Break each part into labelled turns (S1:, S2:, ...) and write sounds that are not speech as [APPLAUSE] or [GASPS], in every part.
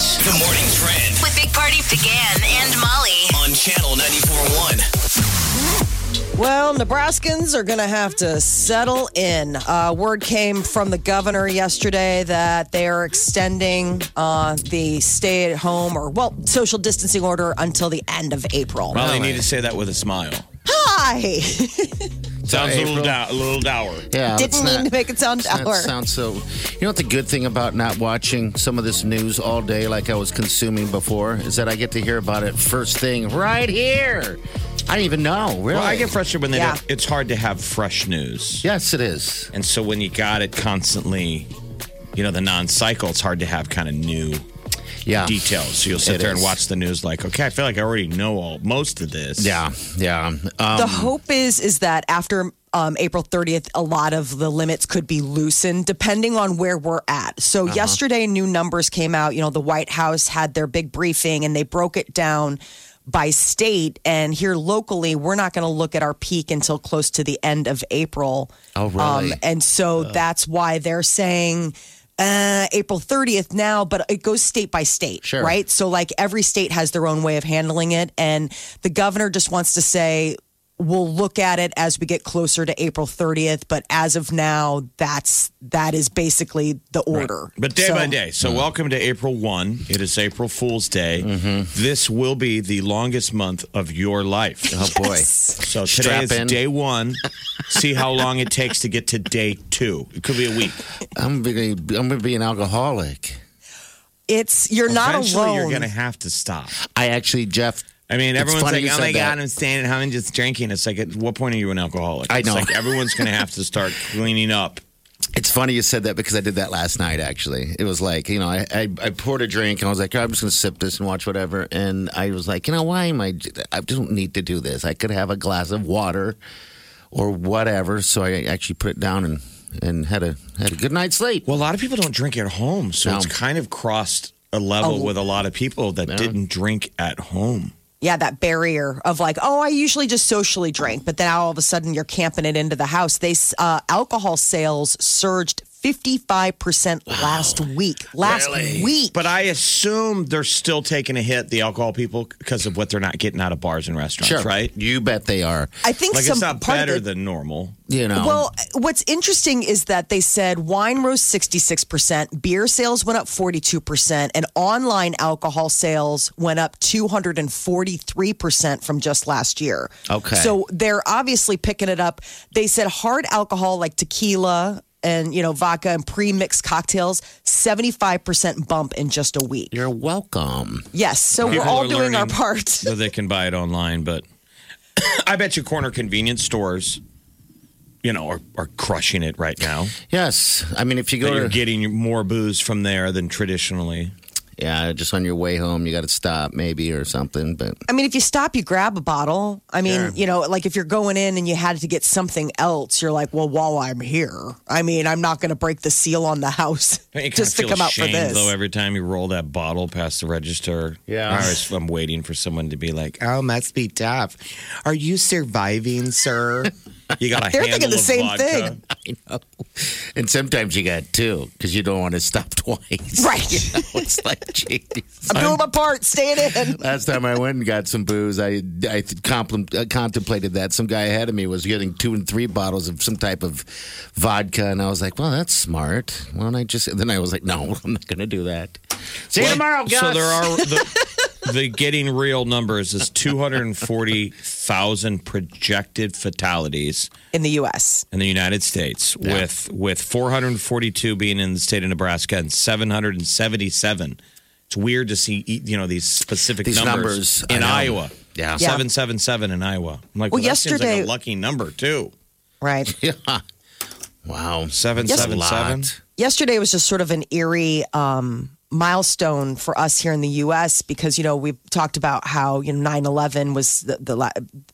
S1: The morning trend
S2: With Big Party began and Molly.
S1: on channel 94.1.
S3: Well, Nebraskans are going to have to settle in. Uh, word came from the governor yesterday that they are extending uh, the stay at home or, well, social distancing order until the end of April.
S4: Molly you need to say that with a smile.
S3: Hi!
S5: Uh,
S4: Sounds a little,
S5: April.
S4: dow- a little dour.
S5: Yeah,
S3: Didn't
S5: let's
S3: mean
S5: not-
S3: to make it sound
S5: let's not
S3: dour.
S5: sound so. You know what the good thing about not watching some of this news all day like I was consuming before is that I get to hear about it first thing right here. I didn't even know. Really?
S4: Well, I get frustrated when they
S3: Yeah.
S4: don't. It's hard to have fresh news.
S5: yes, it is.
S4: And so when you got it constantly, you know, the non cycle, it's hard to have kind of new
S5: Yeah.
S4: details. So you'll sit
S5: It
S4: there and
S5: is.
S4: watch the news like, okay, I feel like I already know all most of this.
S5: Yeah, yeah. Um,
S3: the hope is is that after um, April 30th, a lot of the limits could be loosened depending on where we're at. So
S5: Uh-huh.
S3: yesterday, new numbers came out. You know, the White House had their big briefing and they broke it down by state. And here locally, we're not going to look at our peak until close to the end of April. Um,
S5: Oh, really?
S3: and so
S4: Uh.
S3: that's why they're saying. Uh, April 30th now, but it goes state by state,
S5: Sure.
S3: right? So, like, every state has their own way of handling it. And the governor just wants to say, we'll look at it as we get closer to April 30th. But as of now, that's that is basically the order.
S4: But day
S3: So-
S4: by day. So,
S5: Mm.
S4: welcome to April 1. It is April Fool's Day.
S5: Mm-hmm.
S4: This will be the longest month of your life.
S5: oh boy.
S4: So, today
S5: Strap
S4: is
S5: in.
S4: day one. See how long it takes to get to day two. It could be a week.
S5: I'm gonna be, I'm gonna be an alcoholic.
S3: It's you're not
S4: Eventually,
S3: alone.
S4: you're going to have to stop.
S5: I actually, Jeff.
S4: I mean,
S5: it's
S4: everyone's
S5: funny
S4: like,
S5: you
S4: "Oh
S5: said
S4: my
S5: that.
S4: god, I'm staying at home and just drinking." It's like, at what point are you an alcoholic?
S5: I
S4: It's
S5: know.
S4: like [LAUGHS] everyone's going to have to start cleaning up.
S5: It's funny you said that because I did that last night, actually. It was like, you know, I, I, I poured a drink and I was like, "Oh, I'm just going to sip this and watch whatever. And I was like, you know, why am I, I don't need to do this. I could have a glass of water or whatever. So I actually put it down and, and had a had a good night's sleep.
S4: Well, a lot of people don't drink at home, so
S5: No.
S4: it's kind of crossed a level
S3: Oh.
S4: with a lot of people that didn't drink at home.
S3: yeah, that barrier of like, oh, I usually just socially drink, but then all of a sudden you're camping it into the house. They uh, alcohol sales surged 55% last week. Last week.
S4: But I assume they're still taking a hit, the alcohol people, because of what they're not getting out of bars and restaurants, right?
S5: You bet they are.
S3: I think
S4: Like
S3: some
S4: it's not
S3: part of
S4: better
S3: it-
S4: than normal.
S5: You
S4: Um,
S5: know.
S3: Well, what's interesting is that they said wine rose 66%, beer sales went up 42%, and online alcohol sales went up 243% from just last year.
S5: Okay.
S3: So they're obviously picking it up. They said hard alcohol like tequila and, you know, vodka and pre-mixed cocktails, 75% bump in just a week.
S5: you're welcome.
S3: Yes, so we're
S4: People
S3: all
S4: are
S3: doing our
S4: learning
S3: part.
S4: so they can buy it online. But [COUGHS] I bet you corner convenience stores, you know, are, are crushing it right now.
S5: Yes. I mean, if you
S4: that
S5: go
S4: you're
S5: to,
S4: getting more booze from there than traditionally.
S5: yeah, just on your way home, you got to stop maybe or something. But
S3: I mean, if you stop, you grab a bottle. I mean,
S5: Sure.
S3: you know, like if you're going in and you had to get something else, you're like, well, while I'm here, I mean, I'm not going to break the seal on the house
S4: Don't [LAUGHS] you kinda
S3: just to
S4: feel
S3: come out for
S4: ashamed,
S3: this.
S4: Though every time you roll that bottle past the register,
S5: Yeah.
S4: I always, I'm waiting for someone to be like,
S6: Oh, must be tough. Are you surviving, sir?
S3: [LAUGHS]
S4: "You got a
S3: They're
S4: handle
S3: thinking the
S4: of
S3: same
S4: vodka."
S3: thing.
S5: I know. And sometimes you got two because you don't want to stop [LAUGHS] twice.
S3: [LAUGHS] Right. [LAUGHS]
S5: You
S4: [LAUGHS]
S5: know, [LAUGHS] it's like, jeez.
S3: I'm doing my part, staying in.
S5: [LAUGHS] Last time I went and got some booze, I I compl- uh, contemplated that. Some guy ahead of me was getting two and three bottles of some type of vodka, and I was like, "Well, that's smart. Why don't I just?" And then I was like, "No, [LAUGHS] I'm not going to do that." See you tomorrow, guys.
S4: So there
S3: [LAUGHS]
S4: are the, the getting real numbers is 240,000 projected fatalities.
S3: In the U.S.,
S4: in the United States,
S5: Yeah.
S4: with with 442 being in the state of Nebraska and 777. It's weird to see e, you know these specific
S5: These
S4: numbers,
S5: numbers,
S4: in
S5: I know.
S4: Iowa.
S5: Yeah.
S3: Yeah.
S4: 777 in Iowa. I'm like, well,
S3: Well,
S4: that seems like
S3: yesterday-
S4: a lucky number too.
S3: right?
S5: Yeah. [LAUGHS] Wow. That's a
S4: 777.
S5: lot.
S3: yesterday was just sort of an eerie um, milestone for us here in the U.S. because you know we've talked about how you know 9/11 was the, the la-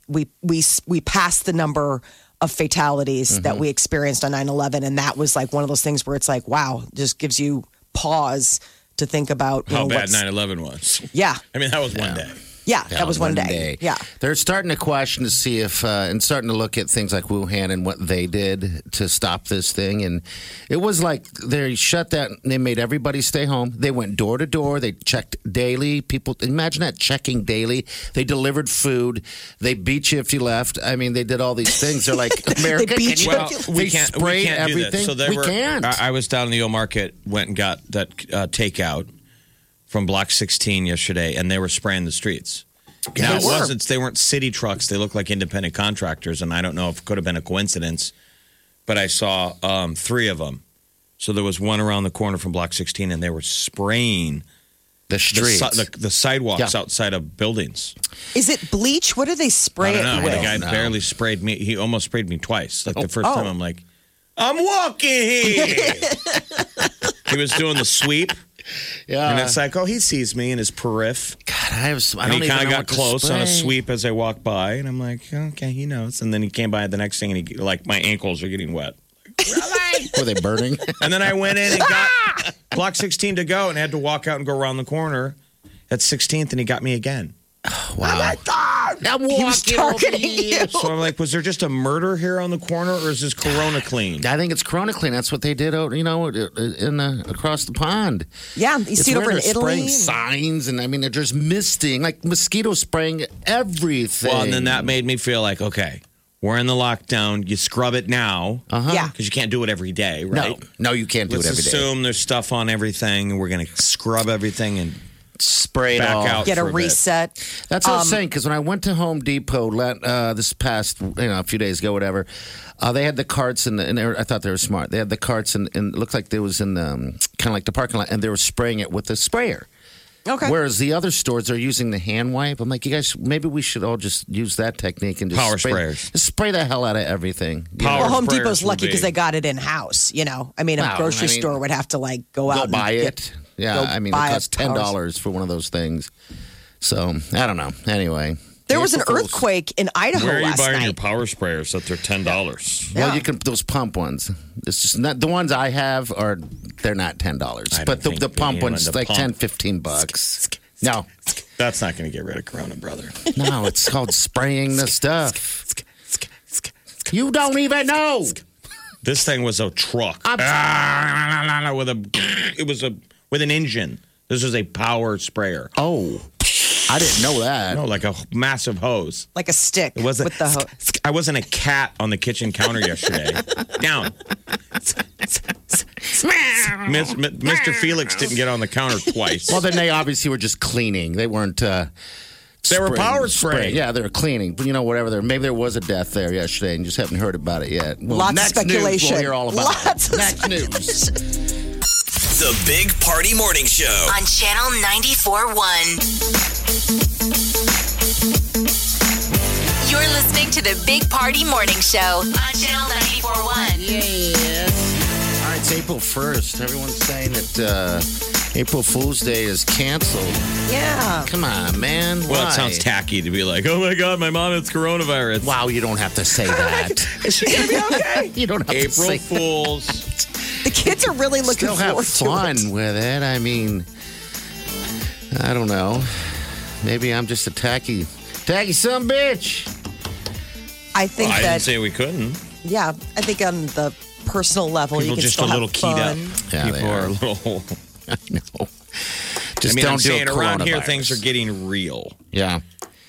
S3: we we we passed the number of fatalities
S4: Mm-hmm.
S3: that we experienced on 9/11, and that was like one of those things where it's like wow, just gives you pause to think about you
S4: How
S3: know,
S4: bad
S3: what's-
S4: 911 was.
S3: Yeah,
S4: I mean, that was one day.
S3: Yeah, that was one day. Yeah.
S5: They're starting to question to see if, uh, and starting to look at things like Wuhan and what they did to stop this thing. And it was like they shut that, they made everybody stay home. They went door to door. They checked daily. People, imagine that checking daily. They delivered food. They beat you if you left. I mean, they did all these things.
S3: [LAUGHS]
S5: They're like, America, can
S3: beat
S5: you-
S3: you. Well,
S5: they sprayed everything.
S4: Do this. So there
S5: we
S4: were, uh,
S5: can't.
S4: I, I was down in the old market, went and got that uh, takeout from Block 16 yesterday, and they were spraying the streets. now it
S5: they were.
S4: wasn't. They weren't city trucks. They looked like independent contractors, and I don't know if it could have been a coincidence, but I saw um, three of them. So there was one around the corner from Block 16, and they were spraying
S5: the
S4: the,
S5: streets.
S4: si- the, the sidewalks
S5: Yeah.
S4: outside of buildings.
S3: Is it bleach? What do they spray
S4: I
S3: it
S4: don't know.
S3: with?
S4: The guy
S5: know.
S4: barely sprayed me. He almost sprayed me twice. Like the first
S3: Oh.
S4: time, I'm like, I'm
S5: [LAUGHS]
S4: walking here. he was doing the sweep,
S5: yeah.
S4: and it's like, oh, he sees me in his perif.
S5: God, I have. Some, Uh. I
S4: And
S5: don't
S4: he kind
S5: even
S4: of
S5: know what
S4: got
S5: to
S4: close on a
S5: spray.
S4: sweep as I walked by, and I'm like, okay, he knows. And then he came by the next thing, and he like, my ankles are getting wet.
S5: Were they burning? [LAUGHS]
S4: And then I went in and got block 16 to go, and had to walk out and go around the corner at 16th, and he got me again.
S5: wow. I'm walking over here.
S4: So I'm like, was there just a murder here on the corner, or is this Corona clean?
S5: I think it's Corona Clean. That's what they did out, you know, in the, across the pond.
S3: Yeah, you
S5: It's
S3: see it over
S5: where
S3: in
S5: they're
S3: Italy.
S5: Spraying signs, and I mean, they're just misting, like mosquito spraying everything.
S4: Well, and then that made me feel like, okay, we're in the lockdown. You scrub it now because
S3: Yeah.
S4: you can't do it every day,
S5: Uh-huh. No,
S4: right?
S5: no, you can't do
S4: Let's
S5: it every day.
S4: assume there's stuff on everything, and we're going to scrub everything
S3: [LAUGHS]
S4: and
S5: Spray it
S4: back
S5: all.
S4: out.
S3: Get a
S4: for bit.
S3: reset.
S5: That's
S3: Um,
S5: what I was saying because when I went to Home Depot let, uh, this past, you know, a few days ago, whatever, uh, they had the carts and, the, and they were, I thought they were smart. They had the carts and, and it looked like they was in the, um, kind of like the parking lot, and they were spraying it with a sprayer.
S3: Okay.
S5: Whereas the other stores are using the hand wipe. I'm like, you guys, maybe we should all just use that technique and just
S4: Power
S5: spray,
S4: sprayers.
S5: just Spray the hell out of everything. You
S4: Power
S3: Well, Home
S4: sprayers
S3: Depot's
S4: will
S3: lucky
S4: be-
S3: because they got it in house. You know, I mean, a
S5: Wow,
S3: grocery
S5: I mean,
S3: store would have to like go
S5: know,
S3: out
S5: Go
S3: and
S5: buy
S3: get-
S5: it. Yeah,
S3: go
S5: I mean, it
S3: buy a
S5: costs ten dollars for one of those things. So I don't know. Anyway,
S3: There was an
S5: April Fool's.
S3: earthquake in Idaho
S4: Where are you
S3: last
S4: buying your
S3: night.
S4: power sprayers that they're ten dollars?
S5: Well,
S3: Yeah.
S5: you can those pump ones. It's just not the ones I have are they're not ten dollars,
S4: I
S5: but the,
S4: don't
S5: the
S4: think
S5: pump
S4: anyone-
S5: ones
S4: the
S5: like
S4: pump.
S5: 10, 15 bucks. No,
S4: That's not going to get rid of
S3: [LAUGHS]
S4: Corona, brother.
S5: no, it's called spraying the stuff. You don't even know.
S4: this thing was a truck
S5: I'm-
S4: Ah, with a it was a with an engine. This was a power sprayer.
S5: Oh, I didn't know that.
S4: No, like a massive hose.
S3: Like a stick
S4: It
S3: with
S4: wasn't.
S3: the ho-
S4: I wasn't a cat on the kitchen
S3: [LAUGHS]
S4: counter yesterday. Down. Miss- Mi- Mr. Felix didn't get on the counter twice.
S5: Well, then they obviously were just cleaning. They weren't. Uh,
S4: They were power spraying.
S5: Yeah, they were cleaning. But you know, whatever. There, maybe there was a death there yesterday, and you just haven't heard about it yet. Well,
S3: Lots of
S5: next News,
S3: speculation.
S5: we'll hear all about
S3: Lots
S5: it.
S3: of
S5: next news.
S1: The Big Party Morning Show.
S2: on Channel 94.1. You're listening to the Big Party Morning Show on Channel 94.1.
S5: Yes. All right, it's April first. Everyone's saying that uh, April Fool's Day is canceled.
S3: yeah.
S5: Come on, man.
S4: Well,
S5: Why?
S4: it sounds tacky to be like, oh my God, my mom has coronavirus.
S5: Wow, you don't have
S3: [LAUGHS]
S5: to say that.
S3: Is she gonna be okay?
S5: [LAUGHS] you don't have to
S4: April
S5: say.
S4: Fools.
S3: [LAUGHS] the kids are really looking
S5: Still have
S3: forward
S5: fun
S3: to it.
S5: with it. I mean, I don't know. Maybe I'm just a tacky, tacky son of a bitch.
S3: I think
S4: I didn't
S3: that
S4: say we couldn't.
S3: yeah, I think on the personal level, you
S4: People
S3: can
S4: just a
S3: still
S4: little
S3: have
S4: keyed up.
S3: fun.
S5: Yeah, they
S4: People
S5: are.
S4: a little.
S5: No.
S4: I
S5: Just
S4: mean,
S5: don't
S4: I'm
S5: do
S4: saying
S5: a
S4: around here
S5: coronavirus.
S4: things are getting real.
S5: Yeah.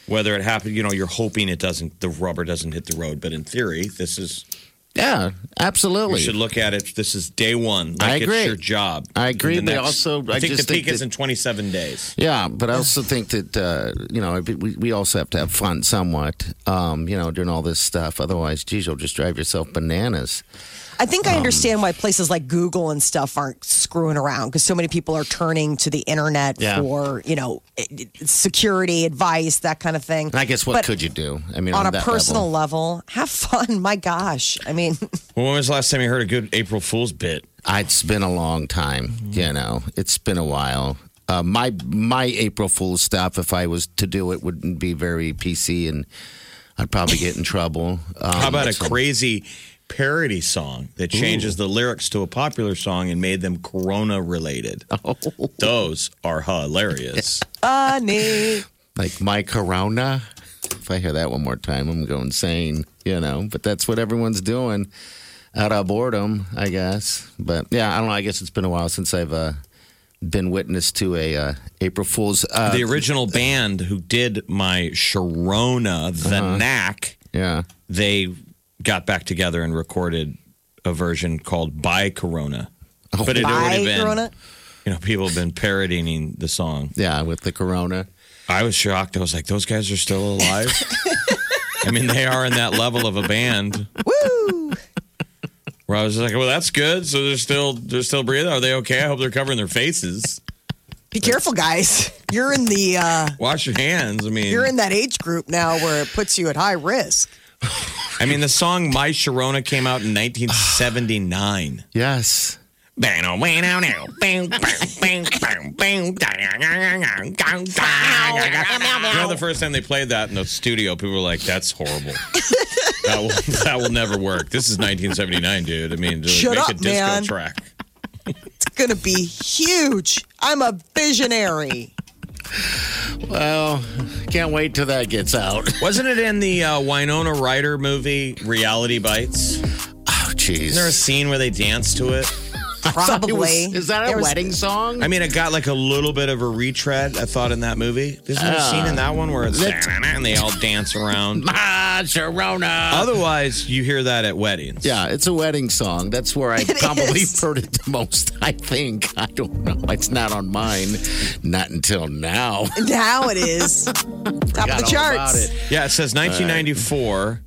S4: Whether it happened, you know, you're hoping it doesn't. The rubber doesn't hit the road, but in theory, this is.
S5: Yeah, absolutely.
S4: You should look at it. This is day one. Like
S5: I agree.
S4: It's your job.
S5: I agree,
S4: And the
S5: but also, I
S4: I think
S5: just
S4: the
S5: think
S4: peak is
S5: that-
S4: in 27 days.
S5: Yeah, but I also think that uh, you know we, we also have to have fun somewhat. Um, you know, doing all this stuff. Otherwise, geez, you'll just drive yourself bananas.
S3: I think I understand why places like Google and stuff aren't screwing around because so many people are turning to the internet
S5: Yeah.
S3: for you know i- i- security advice, that kind of thing.
S5: And I guess what
S3: But
S5: could you do? I mean,
S3: on a
S5: that
S3: personal
S5: level.
S3: level. have fun. [LAUGHS] My gosh, I mean,
S4: Well, when was the last time you heard a good April Fool's bit?
S5: I- it's been a long time.
S4: Mm-hmm.
S5: You know, it's been a while. Uh, my my April Fool's stuff, if I was to do it, wouldn't be very PC, and I'd probably get in trouble. Um,
S4: [LAUGHS] How about Oh, a crazy parody song that changes the lyrics to a popular song and made them
S5: [LAUGHS] Oh.
S4: corona related? Those are hilarious.
S3: funny.
S5: Like my corona. If I hear that one more time, I'm going to go insane, you know. But that's what everyone's doing out of boredom, I guess. But yeah, I don't know. I guess it's been a while since I've uh, been witness to a uh, April Fool's. Uh,
S4: The original band who did my Sharona, the
S5: Uh-huh.
S4: Knack,
S5: yeah.
S4: they got back together and recorded a version called By Corona. But it already
S3: Bye,
S4: been,
S3: Corona.
S4: you know, people have been parodying the song.
S5: Yeah, with the corona.
S4: I was shocked. I was like, those guys are still
S3: [LAUGHS]
S4: alive. I mean, they are in that level of a band
S3: Woo!
S4: where I was like, well, that's good. So they're still they're still breathing. Are they okay? I hope they're covering their faces.
S3: Be careful, guys. You're in the uh,
S4: Wash your hands. I mean,
S3: you're in that age group now where it puts you at high risk.
S4: I mean, the song "My Sharona" came out in 1979.
S5: Yes.
S4: You know, the first time they played that in the studio, people were like,
S3: [LAUGHS]
S4: "That's horrible. that, will, that will never work." This is 1979, dude. I mean, to
S3: Shut
S4: make a
S3: up,
S4: disco
S3: man.
S4: track.
S3: It's gonna be huge. I'm a
S5: [LAUGHS]
S3: visionary.
S5: Well, can't wait till that gets out. [LAUGHS]
S4: Wasn't it in the uh, Winona Ryder movie Reality Bites? Isn't
S5: Oh, jeez.
S4: there a scene where they dance to it?
S5: It
S3: Probably.
S5: was- is that a
S3: There was-
S5: wedding song?
S4: I mean, it got like a little bit of a retread. I thought in that movie. There's no scene in that one where it's
S5: that's-
S4: and they all dance around.
S5: ah, Sharona.
S4: Otherwise, you hear that at weddings.
S5: yeah, it's a wedding song. That's where I
S3: [LAUGHS] It
S5: probably
S3: is.
S5: heard it the most, I think. I don't know. It's not on mine. Not until now.
S3: Now it
S5: [LAUGHS]
S3: is top of
S5: Forgot
S3: the
S5: all about
S3: charts.
S5: it.
S4: Yeah, it says 1994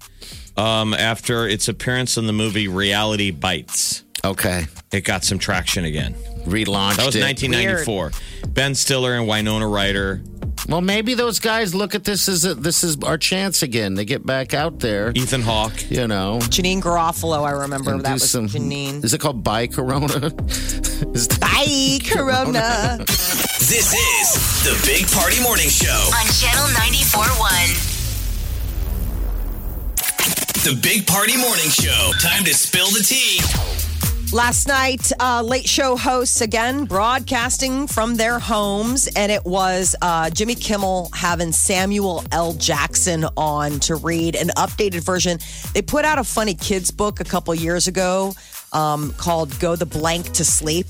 S4: um, after its appearance in the movie Reality Bites.
S5: Okay.
S4: It got some traction again.
S5: Relaunched
S4: That was
S5: it.
S4: 1994. Ben Stiller and Winona Ryder.
S5: Well, maybe those guys look at this as a, this is our chance again to get back out there.
S4: Ethan Hawke.
S5: You know,
S3: Janine Garofalo, I remember
S5: and
S3: that
S5: do
S3: was
S5: some-
S3: Janine.
S5: Is it called By Corona? [LAUGHS]
S3: [LAUGHS]
S5: Is that-
S3: Bye, Corona.
S1: This is the Big Party Morning Show.
S2: On Channel 94.1.
S1: The Big Party Morning Show. Time to spill the tea.
S3: Last night, uh, late show hosts again broadcasting from their homes, and it was uh, Jimmy Kimmel having Samuel L. Jackson on to read an updated version. They put out a funny kids book a couple years ago um, called "Go the Blank to Sleep."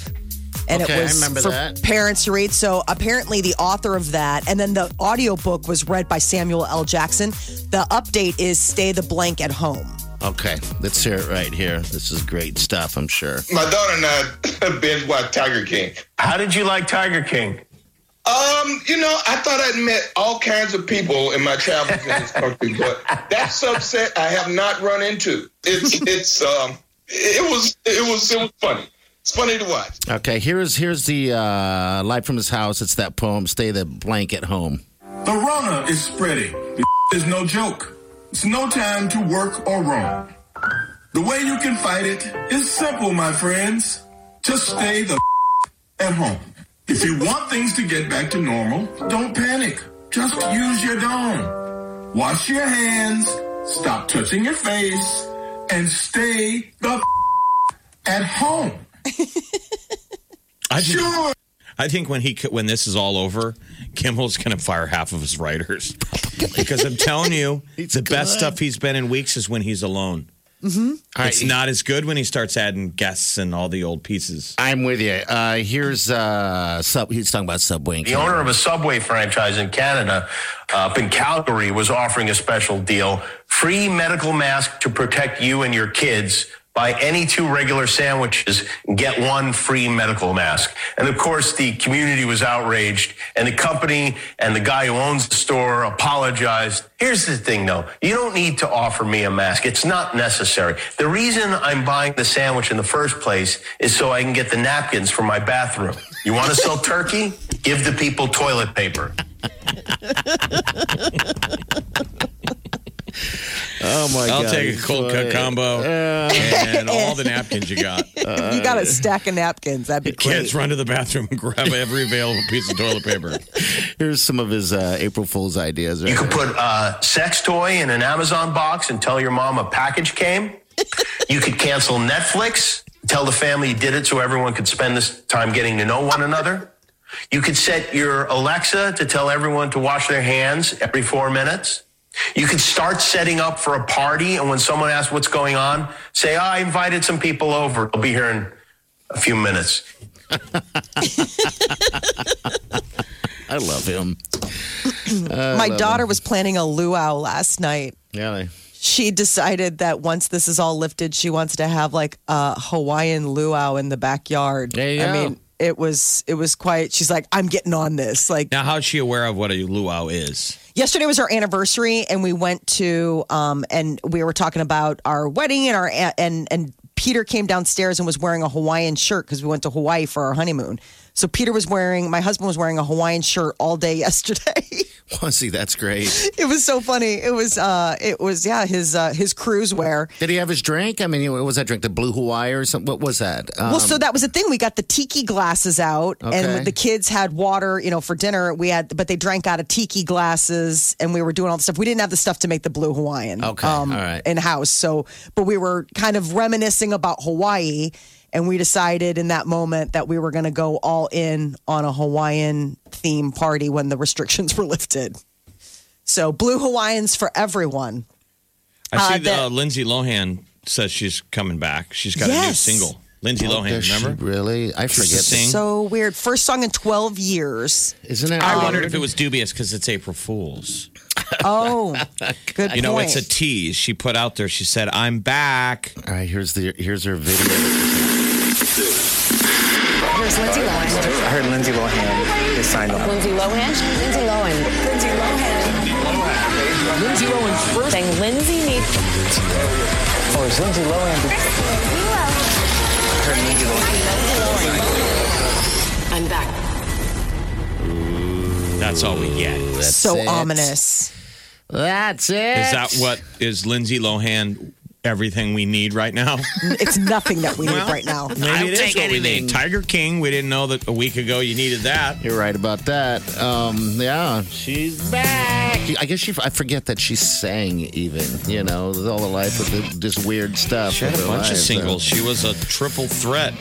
S3: And
S5: Okay, I
S3: it was
S5: remember
S3: for
S5: that.
S3: parents to read. So apparently, the author of that, and then the audiobook was read by Samuel L. Jackson. The update is "Stay the Blank at Home."
S5: Okay, let's hear it right here. This is great stuff, I'm sure.
S7: my daughter and I binge watched Tiger King.
S8: How did you like Tiger King?
S7: Um, you know, I thought I'd met all kinds of people in my travels in this country, but that subset I have not run into. It's it's um it was it was it was funny. It's funny to watch.
S5: Okay, here's here's the uh, live from his house. It's that poem, "Stay the blank at home."
S9: The runner is spreading. The [LAUGHS] is no joke. It's no time to work or roam. The way you can fight it is simple, my friends. Just stay the [LAUGHS] at home. If you want things to get back to normal, don't panic. Just use your dome. Wash your hands, stop touching your face, and stay the [LAUGHS] at home.
S4: I think,
S9: Sure.
S4: I think when he c- when this is all over, Kimmel's going to fire half of his writers because I'm telling you, the best stuff he's been in weeks is when he's alone.
S5: All right,
S4: It's not as good when he starts adding guests and all the old pieces.
S5: I'm with you. Uh, here's uh, sub. He's talking about Subway. and
S8: The owner of a Subway franchise in Canada, uh, up in Calgary, was offering a special deal free medical mask to protect you and your kids. Buy any two regular sandwiches, and get one free medical mask. And of course, the community was outraged, and the company and the guy who owns the store apologized. Here's the thing though you don't need to offer me a mask, it's not necessary. The reason I'm buying the sandwich in the first place is so I can get the napkins for my bathroom. You want to sell turkey? Give the people toilet paper.
S5: Oh my
S4: I'll
S5: god!
S4: take a cold cut combo and all the napkins you got.
S3: you got a stack of napkins. That'd be great.
S4: Kids, run to the bathroom and grab every available piece of toilet paper.
S5: Here's some of his uh, April Fool's ideas. Right
S8: You could put a sex toy in an Amazon box and tell your mom a package came. You could cancel Netflix, tell the family you did it so everyone could spend this time getting to know one another. You could set your Alexa to tell everyone to wash their hands every four minutes. You could start setting up for a party, and when someone asks what's going on, say, oh, I invited some people over. I'll be here in a few minutes.
S5: I love him.
S3: My daughter was planning a luau last night.
S5: Yeah. they-
S3: She decided that once this is all lifted, she wants to have like a Hawaiian luau in the backyard.
S5: There you
S3: I
S5: go.
S3: mean, it was it was quite. She's like, I'm getting on this. Like
S4: Now, how's she aware of what a luau is?
S3: yesterday was our anniversary, and we went to um and we were talking about our wedding and our and and Peter came downstairs and was wearing a Hawaiian shirt because we went to Hawaii for our honeymoon. So Peter was wearing my husband was wearing a Hawaiian shirt all day [LAUGHS] yesterday.
S5: Well, see, that's great.
S3: It was so funny. It was uh it was yeah, his uh his cruise wear.
S5: Did he have his drink? I mean, what was that drink? The Blue Hawaii or something? What was that? Um,
S3: Well, so that was the thing. We got the tiki glasses out
S5: Okay.
S3: and the kids had water, you know, for dinner. We had but they drank out of tiki glasses and we were doing all the stuff. We didn't have the stuff to make the blue Hawaiian
S5: Okay, all right.
S3: in house. So but we were kind of reminiscing about Hawaii and we decided in that moment that we were gonna go all in on a Hawaiian theme party when the restrictions [LAUGHS] were lifted. So blue Hawaiians for everyone.
S4: I
S3: Uh,
S4: see that
S3: the-
S4: uh, Lindsay Lohan says she's coming back. She's got a new
S3: Yes.
S4: single. Lindsay
S5: does
S4: Lohan,
S5: Oh, she
S4: remember?
S5: really? I forget.
S4: sing.
S3: So weird. First song in 12 years.
S5: Isn't it?
S4: I wondered if it was dubious because it's April Fool's.
S3: Oh,
S4: [LAUGHS]
S3: good
S4: You know,
S3: point.
S4: it's a tease. She put out there. She said, "I'm back."
S5: All right, here's the here's her video.
S10: Here's Lindsay Lohan.
S6: I heard Lindsay Lohan is signed on.
S10: Lindsay Lohan. Lindsay Lohan. Lindsay Lohan. Lindsay Lohan first. Saying Lindsay needs.
S6: Oh, is Lindsay Lohan?
S10: I'm back.
S4: That's all we get. Is
S3: so
S5: it.
S3: ominous.
S5: That's it. Is
S4: that what is Lindsay Lohan? Everything we need right [LAUGHS] now.
S3: It's nothing that we need right now.
S4: Maybe
S5: I'll
S4: it is
S5: take
S4: what we
S5: anything.
S4: need. Tiger King. We didn't know that a week ago. You needed that.
S5: You're right about that. Um, yeah, she's back. I guess she. I forget that she sang even. You know, with all the life with the, this weird stuff.
S4: She had a
S5: with her
S4: bunch of
S5: life, so-
S4: singles. She was a triple threat.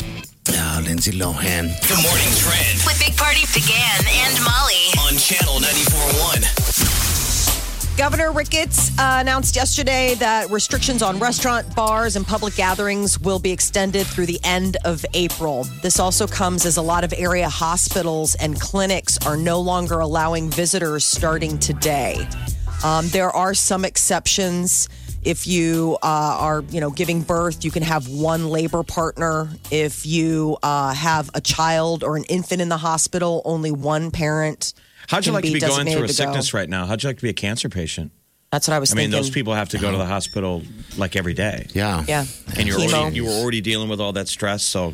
S5: Ah, Lindsay Lohan.
S1: Good morning, trend
S2: With Big Party began and Molly.
S1: on channel 94.1.
S3: Governor Ricketts uh, announced yesterday that restrictions on restaurant, bars, and public gatherings will be extended through the end of April. This also comes as a lot of area hospitals and clinics are no longer allowing visitors starting today. Um, there are some exceptions. If you uh, are, you know, giving birth, you can have one labor partner. If you uh, have a child or an infant in the hospital, only one parent.
S4: How'd you
S3: can
S4: like to be going through a
S3: designated to go.
S4: sickness right now? How'd you like to be a cancer patient?
S3: That's what I was
S4: I mean,
S3: thinking.
S4: those people have to go to the hospital like every day.
S5: Yeah.
S3: Yeah.
S4: And you're
S3: Chemo.
S4: already, you were already dealing with all that stress. So,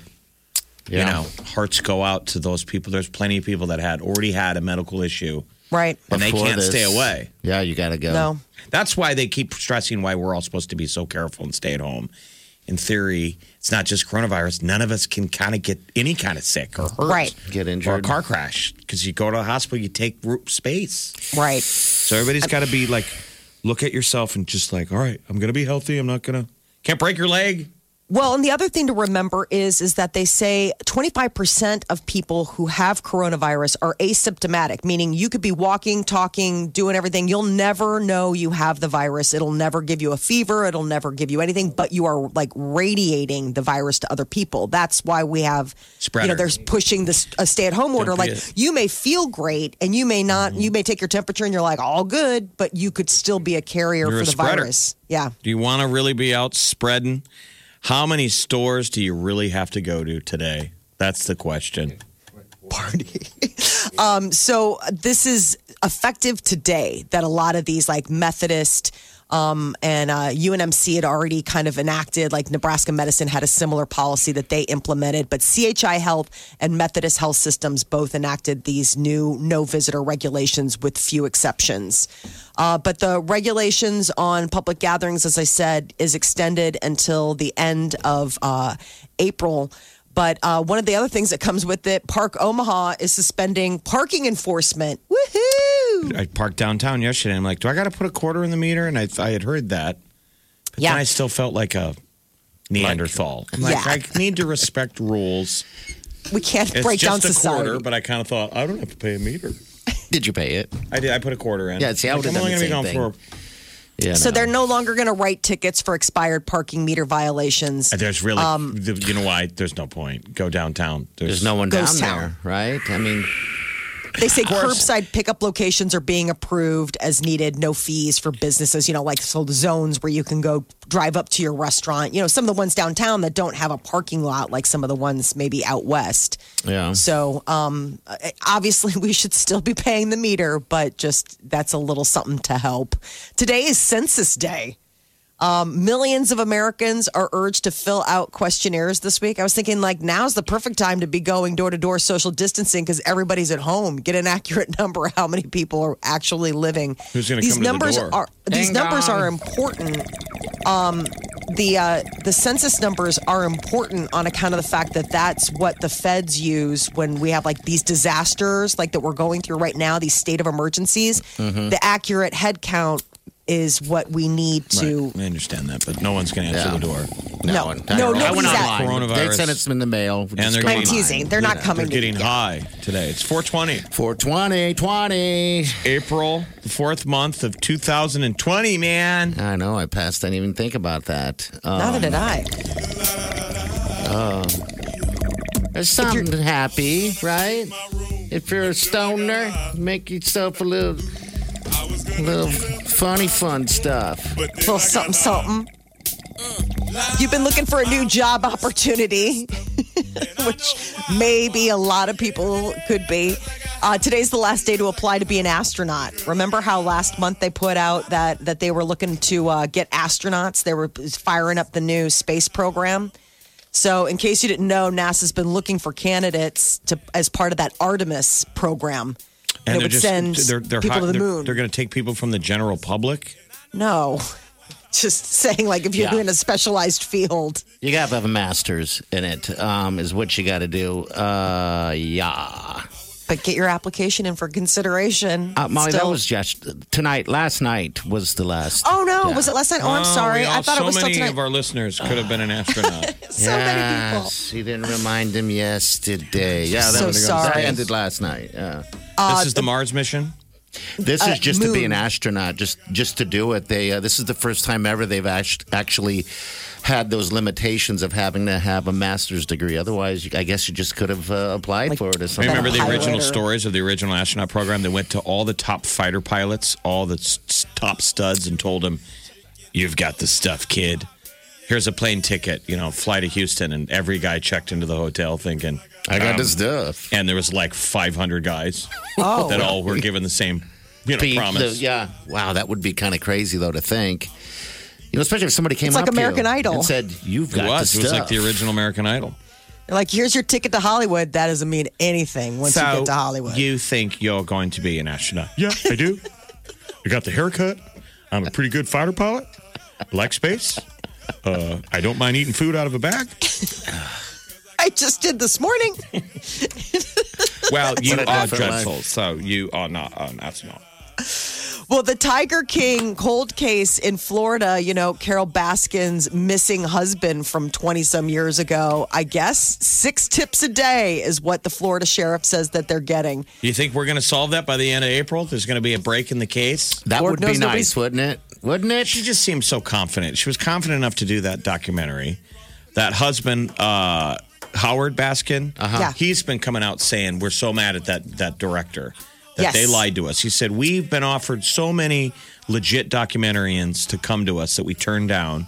S4: you
S5: Yeah.
S4: know, hearts go out to those people. There's plenty of people that had already had a medical issue
S3: Right.
S4: and they
S5: Before
S4: can't
S5: this-
S4: stay away.
S5: Yeah, you gotta go.
S3: No.
S4: That's why they keep stressing why we're all supposed to be so careful and stay at home. In theory, it's not just coronavirus. None of us can kind of get any kind of sick or hurt
S3: Right.
S5: Get
S4: or a
S5: injured.
S4: car crash because you go to the hospital, you take root space.
S3: Right.
S4: So everybody's got to be like, look at yourself and just like, all right, I'm gonna be healthy. I'm not gonna can't break your leg.
S3: Well, and the other thing to remember is is that they say 25% of people who have coronavirus are asymptomatic, meaning you could be walking, talking, doing everything, you'll never know you have the virus. It'll never give you a fever, it'll never give you anything, but you are like radiating the virus to other people. That's why we have you know
S4: Spreader.
S3: they're pushing this a stay-at-home order like
S4: forget.
S3: you may feel great and you may not
S4: Mm-hmm.
S3: you may take your temperature and you're like all good, but you could still be a carrier
S4: You're
S3: for
S4: a
S3: the
S4: spreader.
S3: virus. Yeah.
S4: Do you want to really be out spreading? How many stores do you really have to go to today? That's the question.
S3: so uh, this is effective today that a lot of these like methodist um, and uh, UNMC had already kind of enacted, like Nebraska Medicine had a similar policy that they implemented, but CHI Health and Methodist Health Systems both enacted these new no visitor regulations with few exceptions. Uh, but the regulations on public gatherings, as I said, is extended until the end of uh, April. But uh, one of the other things that comes with it, Park Omaha is suspending parking enforcement. Woohoo!
S4: I parked downtown yesterday. I'm like, do I got to put a quarter in the meter? And I, I had heard that, but
S3: Yeah.
S4: then I still felt like a Neanderthal. I'm like,
S3: Yeah.
S4: I need to respect rules.
S3: we can't
S4: It's
S3: break
S4: just
S3: down
S4: a
S3: society.
S4: quarter, but I kind of thought I don't have to pay a meter.
S5: Did you pay it?
S4: I did. I put a quarter in.
S5: Yeah, see, I
S4: Like,
S5: would've
S4: I'm only
S5: done the
S4: gonna be
S5: same
S4: gone
S5: Yeah.
S3: So
S5: no.
S3: they're no longer going to write tickets for expired parking meter violations.
S4: for. Uh, There's really, the- you know why? There's no point. Go downtown.
S5: Um, There's no one down
S3: Ghost town.
S5: there, right? I mean,
S3: They say curbside pickup locations are being approved as needed, no fees for businesses, you know, like so the zones where you can go drive up to your restaurant. You know, some of the ones downtown that don't have a parking lot, like some of the ones maybe out west.
S5: yeah.
S3: So um, I- obviously, [LAUGHS] we should still be paying the meter, but just that's a little something to help. Today is Census Day. Um, millions of Americans are urged to fill out questionnaires this week. I was thinking, like, now's the perfect time to be going door to door social distancing because everybody's at home. Get an [LAUGHS] accurate number of how many people are actually living.
S4: Who's gonna
S3: these
S4: come to the
S3: numbers
S4: door?
S3: are these
S5: Ding
S3: numbers
S5: dong.
S3: are important the uh, the census numbers are important on account of the fact that that's what the feds use when we have like these disasters like that we're going through right now these state of emergencies the accurate head count is what we need to
S4: Right. I understand that, but no one's going to answer
S5: Yeah.
S4: the door.
S3: No.
S5: one-
S3: No,
S5: I went
S3: nobody's
S5: online.
S3: at-
S5: They
S4: Coronavirus.
S5: sent it in the mail.
S4: And they're
S3: i'm
S4: Online.
S3: teasing they're not
S4: They're
S3: coming to-
S4: getting high today. It's 420,
S5: 420, 20.
S4: April, the fourth month of 2020, man.
S5: I know. I passed. I didn't even think about that.
S3: neither
S5: Um,
S3: did i
S5: there's something happy, right? If you're a stoner, make yourself a little, little funny, fun stuff.
S3: little something something you've been looking for a new job opportunity [LAUGHS] which maybe a lot of people could be uh, today's the last day to apply to be an astronaut remember how last month they put out that that they were looking to uh, get astronauts they were firing up the new space program so in case you didn't know nasa's been looking for candidates to as part of that artemis program
S4: And
S3: It
S4: they're
S3: would
S4: just
S3: send
S4: they're, they're
S3: people
S4: high-
S3: to the
S4: they're-
S3: moon.
S4: They're going to take people from the general public.
S3: no [LAUGHS] just saying like if you're
S5: Yeah.
S3: doing a specialized field
S5: You gotta have a master's in it. Um, is what you gotta do. Uh, yeah.
S3: but get your application in for consideration.
S5: Uh, Molly, that
S3: Still-
S5: was just tonight. Last night was the last.
S3: Oh no! Was it last night? Oh, I'm sorry.
S4: we
S3: I
S4: all-
S3: thought
S4: so
S3: it was still
S4: many
S3: tonight.
S4: of our listeners could have been
S3: [SIGHS]
S4: an astronaut.
S3: so many people.
S5: Yes, You didn't remind him yesterday. Yeah, that
S3: So
S5: was
S3: sorry.
S5: That ended last night. Yeah.
S3: Uh,
S4: this is the Mars mission.
S5: This is just to be
S3: moon.
S5: an astronaut, just just to do it. They uh, this is the first time ever they've act- actually had those limitations of having to have a master's degree. Otherwise, you, I guess you just could have uh, applied for it or something.
S4: Remember the
S3: pilot
S4: original
S3: or-
S4: stories of the original astronaut program? They went to all the top fighter pilots, all the s- s- top studs, and told them, "You've got the stuff, kid. Here's a plane ticket. You know, fly to Houston." And every guy checked into the hotel thinking,
S5: I got
S4: um,
S5: this stuff.
S4: And there was like 500 guys
S3: Oh.
S4: that all were given the same, you know,
S5: Be-
S4: promise.
S5: the- yeah. Wow, that would be kind of crazy though to think. You know, especially if somebody came
S3: It's like
S5: up to you
S3: American Idol.
S5: and said, "You've
S4: It
S5: got
S4: was.
S5: the
S4: It was
S5: stuff."
S4: like the original American Idol.
S3: Like, here's your ticket to Hollywood. That doesn't mean anything once you get to Hollywood.
S4: you think you're going to be an astronaut? Yeah, I do. I got the haircut. I'm a pretty good fighter pilot. I like space. Uh, I don't mind eating food out of a bag.
S3: I just did this morning.
S4: Well, you
S5: What a
S4: are
S5: different
S4: dreadful, so you are not an astronaut.
S3: Well, the Tiger King cold case in Florida, you know, Carol Baskin's missing husband from 20 some years ago, I guess six tips a day is what the Florida sheriff says that they're getting.
S4: You think we're going to solve that by the end of April? There's going to be a break in the case.
S5: that
S3: Lord
S5: would be
S3: knows nobody's-
S5: nice, wouldn't it? Wouldn't it?
S4: She just seemed so confident. She was confident enough to do that documentary. That husband, uh, Howard Baskin, uh-huh.
S3: Yeah.
S4: he's been coming out saying we're so mad at that that director that
S3: Yes.
S4: they lied to us. He said we've been offered so many legit documentarians to come to us that we turned down.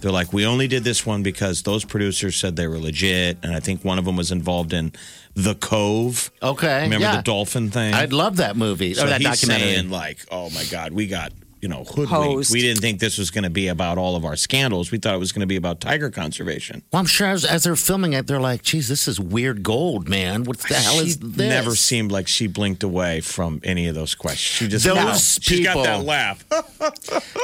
S4: They're like, we only did this one because those producers said they were legit, and I think one of them was involved in The Cove.
S5: Okay,
S4: remember
S5: yeah.
S4: the dolphin thing?
S5: I'd love that movie
S3: Oh,
S4: So
S5: or that
S4: he's
S5: documentary.
S4: saying like, "Oh my God, we got you know hoodwinked.
S3: Hosed.
S4: We didn't think this was going to be about all of our scandals. We thought it was going to be about tiger conservation."
S5: Well, I'm sure as, as they're filming it, they're like, "Geez, this is weird gold, man. What the hell
S4: she
S5: is this?"
S4: never seemed like she blinked away from any of those questions. She just
S5: Those
S4: laughed. she's got
S5: people.
S4: that laugh. [LAUGHS]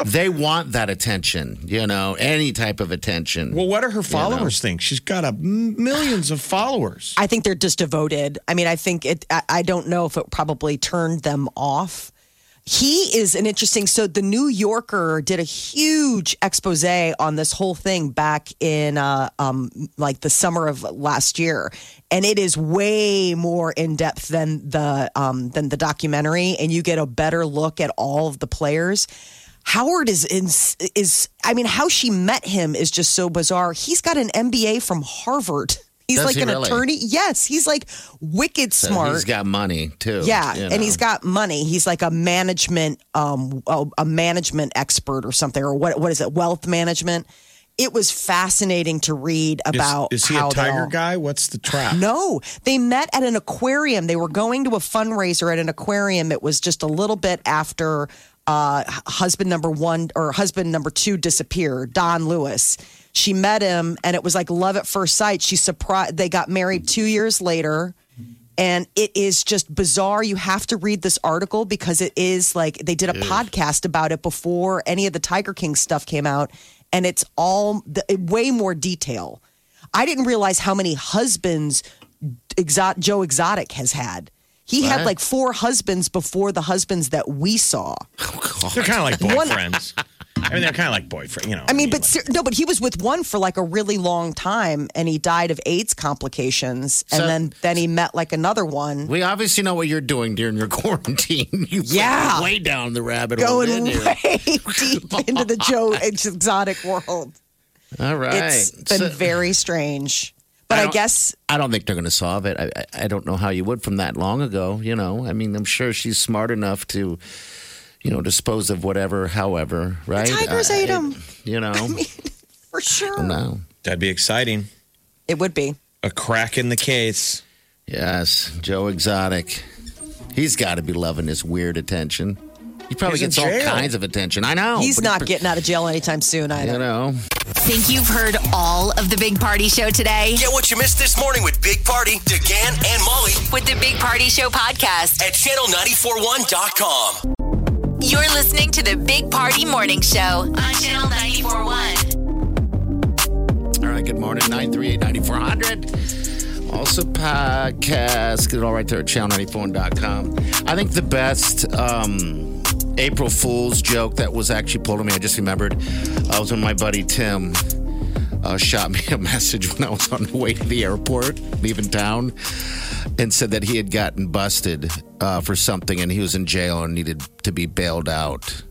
S5: They want that attention, you know, any type of attention.
S4: Well, what do her followers think? She's got a m- millions of followers.
S3: I think they're just devoted. I mean, I think it. I, I don't know if it probably turned them off. he is an interesting. So the New Yorker did a huge expose on this whole thing back in uh, um, like the summer of last year, and it is way more in depth than the um, than the documentary, and you get a better look at all of the players. Howard is in, is I mean, how she met him is just so bizarre. He's got an MBA from Harvard. He's
S5: Does
S3: like
S5: he
S3: an
S5: really?
S3: attorney. Yes, he's like wicked
S5: So
S3: smart.
S5: He's got money too.
S3: Yeah,
S5: you
S3: and
S5: know.
S3: he's got money. He's like a management, um, a a management expert or something, or what? What is it? Wealth management. It was fascinating to read about.
S4: Is, is he
S3: how
S4: a
S3: they
S4: tiger
S3: all-
S4: guy? What's the trap?
S3: No, they met at an aquarium. They were going to a fundraiser at an aquarium. It was just a little bit after uh, h- husband number one or husband number two disappeared, Don Lewis. She met him, and it was like love at first sight. She surprised. They got married two years later. And it is just bizarre. You have to read this article because it is like they did a podcast about it before any of the Tiger King stuff came out, and it's all the, way more detail. I didn't realize how many husbands Exo- Joe Exotic has had. He had
S5: What?
S3: like four husbands before the husbands that we saw.
S4: They're kind of like
S3: [LAUGHS] One-
S4: boyfriends. I mean, they're kind of like boyfriend. You know.
S3: I mean, but ser- no, but he was with one for like a really long time, and he died of AIDS complications, and
S5: So-
S3: then then he met like another one.
S5: We obviously know what you're doing during your [LAUGHS] quarantine. you
S3: Yeah.
S5: went way down the rabbit hole.
S3: Going
S5: didn't you?
S3: way [LAUGHS] deep into the Joe Exotic world.
S5: All right.
S3: It's been
S5: So-
S3: very strange. But
S5: I
S3: I,
S5: don't-
S3: guess
S5: I don't think they're going to solve it. I, I I don't know how you would from that long ago. You know, I mean, I'm sure she's smart enough to, you know, dispose of whatever, however, right?
S3: tigers
S5: I-
S3: ate
S5: I-
S3: 'em.
S5: You
S3: [LAUGHS]
S5: know,
S3: for sure
S5: no.
S4: that'd be exciting.
S3: it would be.
S4: A crack in the case.
S5: Yes, Joe Exotic. He's got to be loving this weird attention. He probably
S4: He's
S5: gets
S4: in
S5: all
S4: jail.
S5: kinds of attention. I know.
S3: He's
S5: but
S3: not getting out of jail anytime soon
S5: You
S3: either.
S5: know,
S2: Think you've heard all of the Big Party Show today?
S1: Get what you missed this morning with Big Party, DeGan, and Molly
S2: With the Big Party Show podcast,
S1: at channel941.com.
S2: you're listening to the Big Party Morning Show on Channel 941.
S5: all right, good morning, 938-9400. Also podcast, get it all right there at channel94.com. I think the best um, April Fool's joke that was actually pulled on me, I just remembered, uh, was when my buddy Tim uh, shot me a [LAUGHS] message when I was on the way to the airport, leaving town, and said that he had gotten busted uh, for something and he was in jail and needed to be bailed out.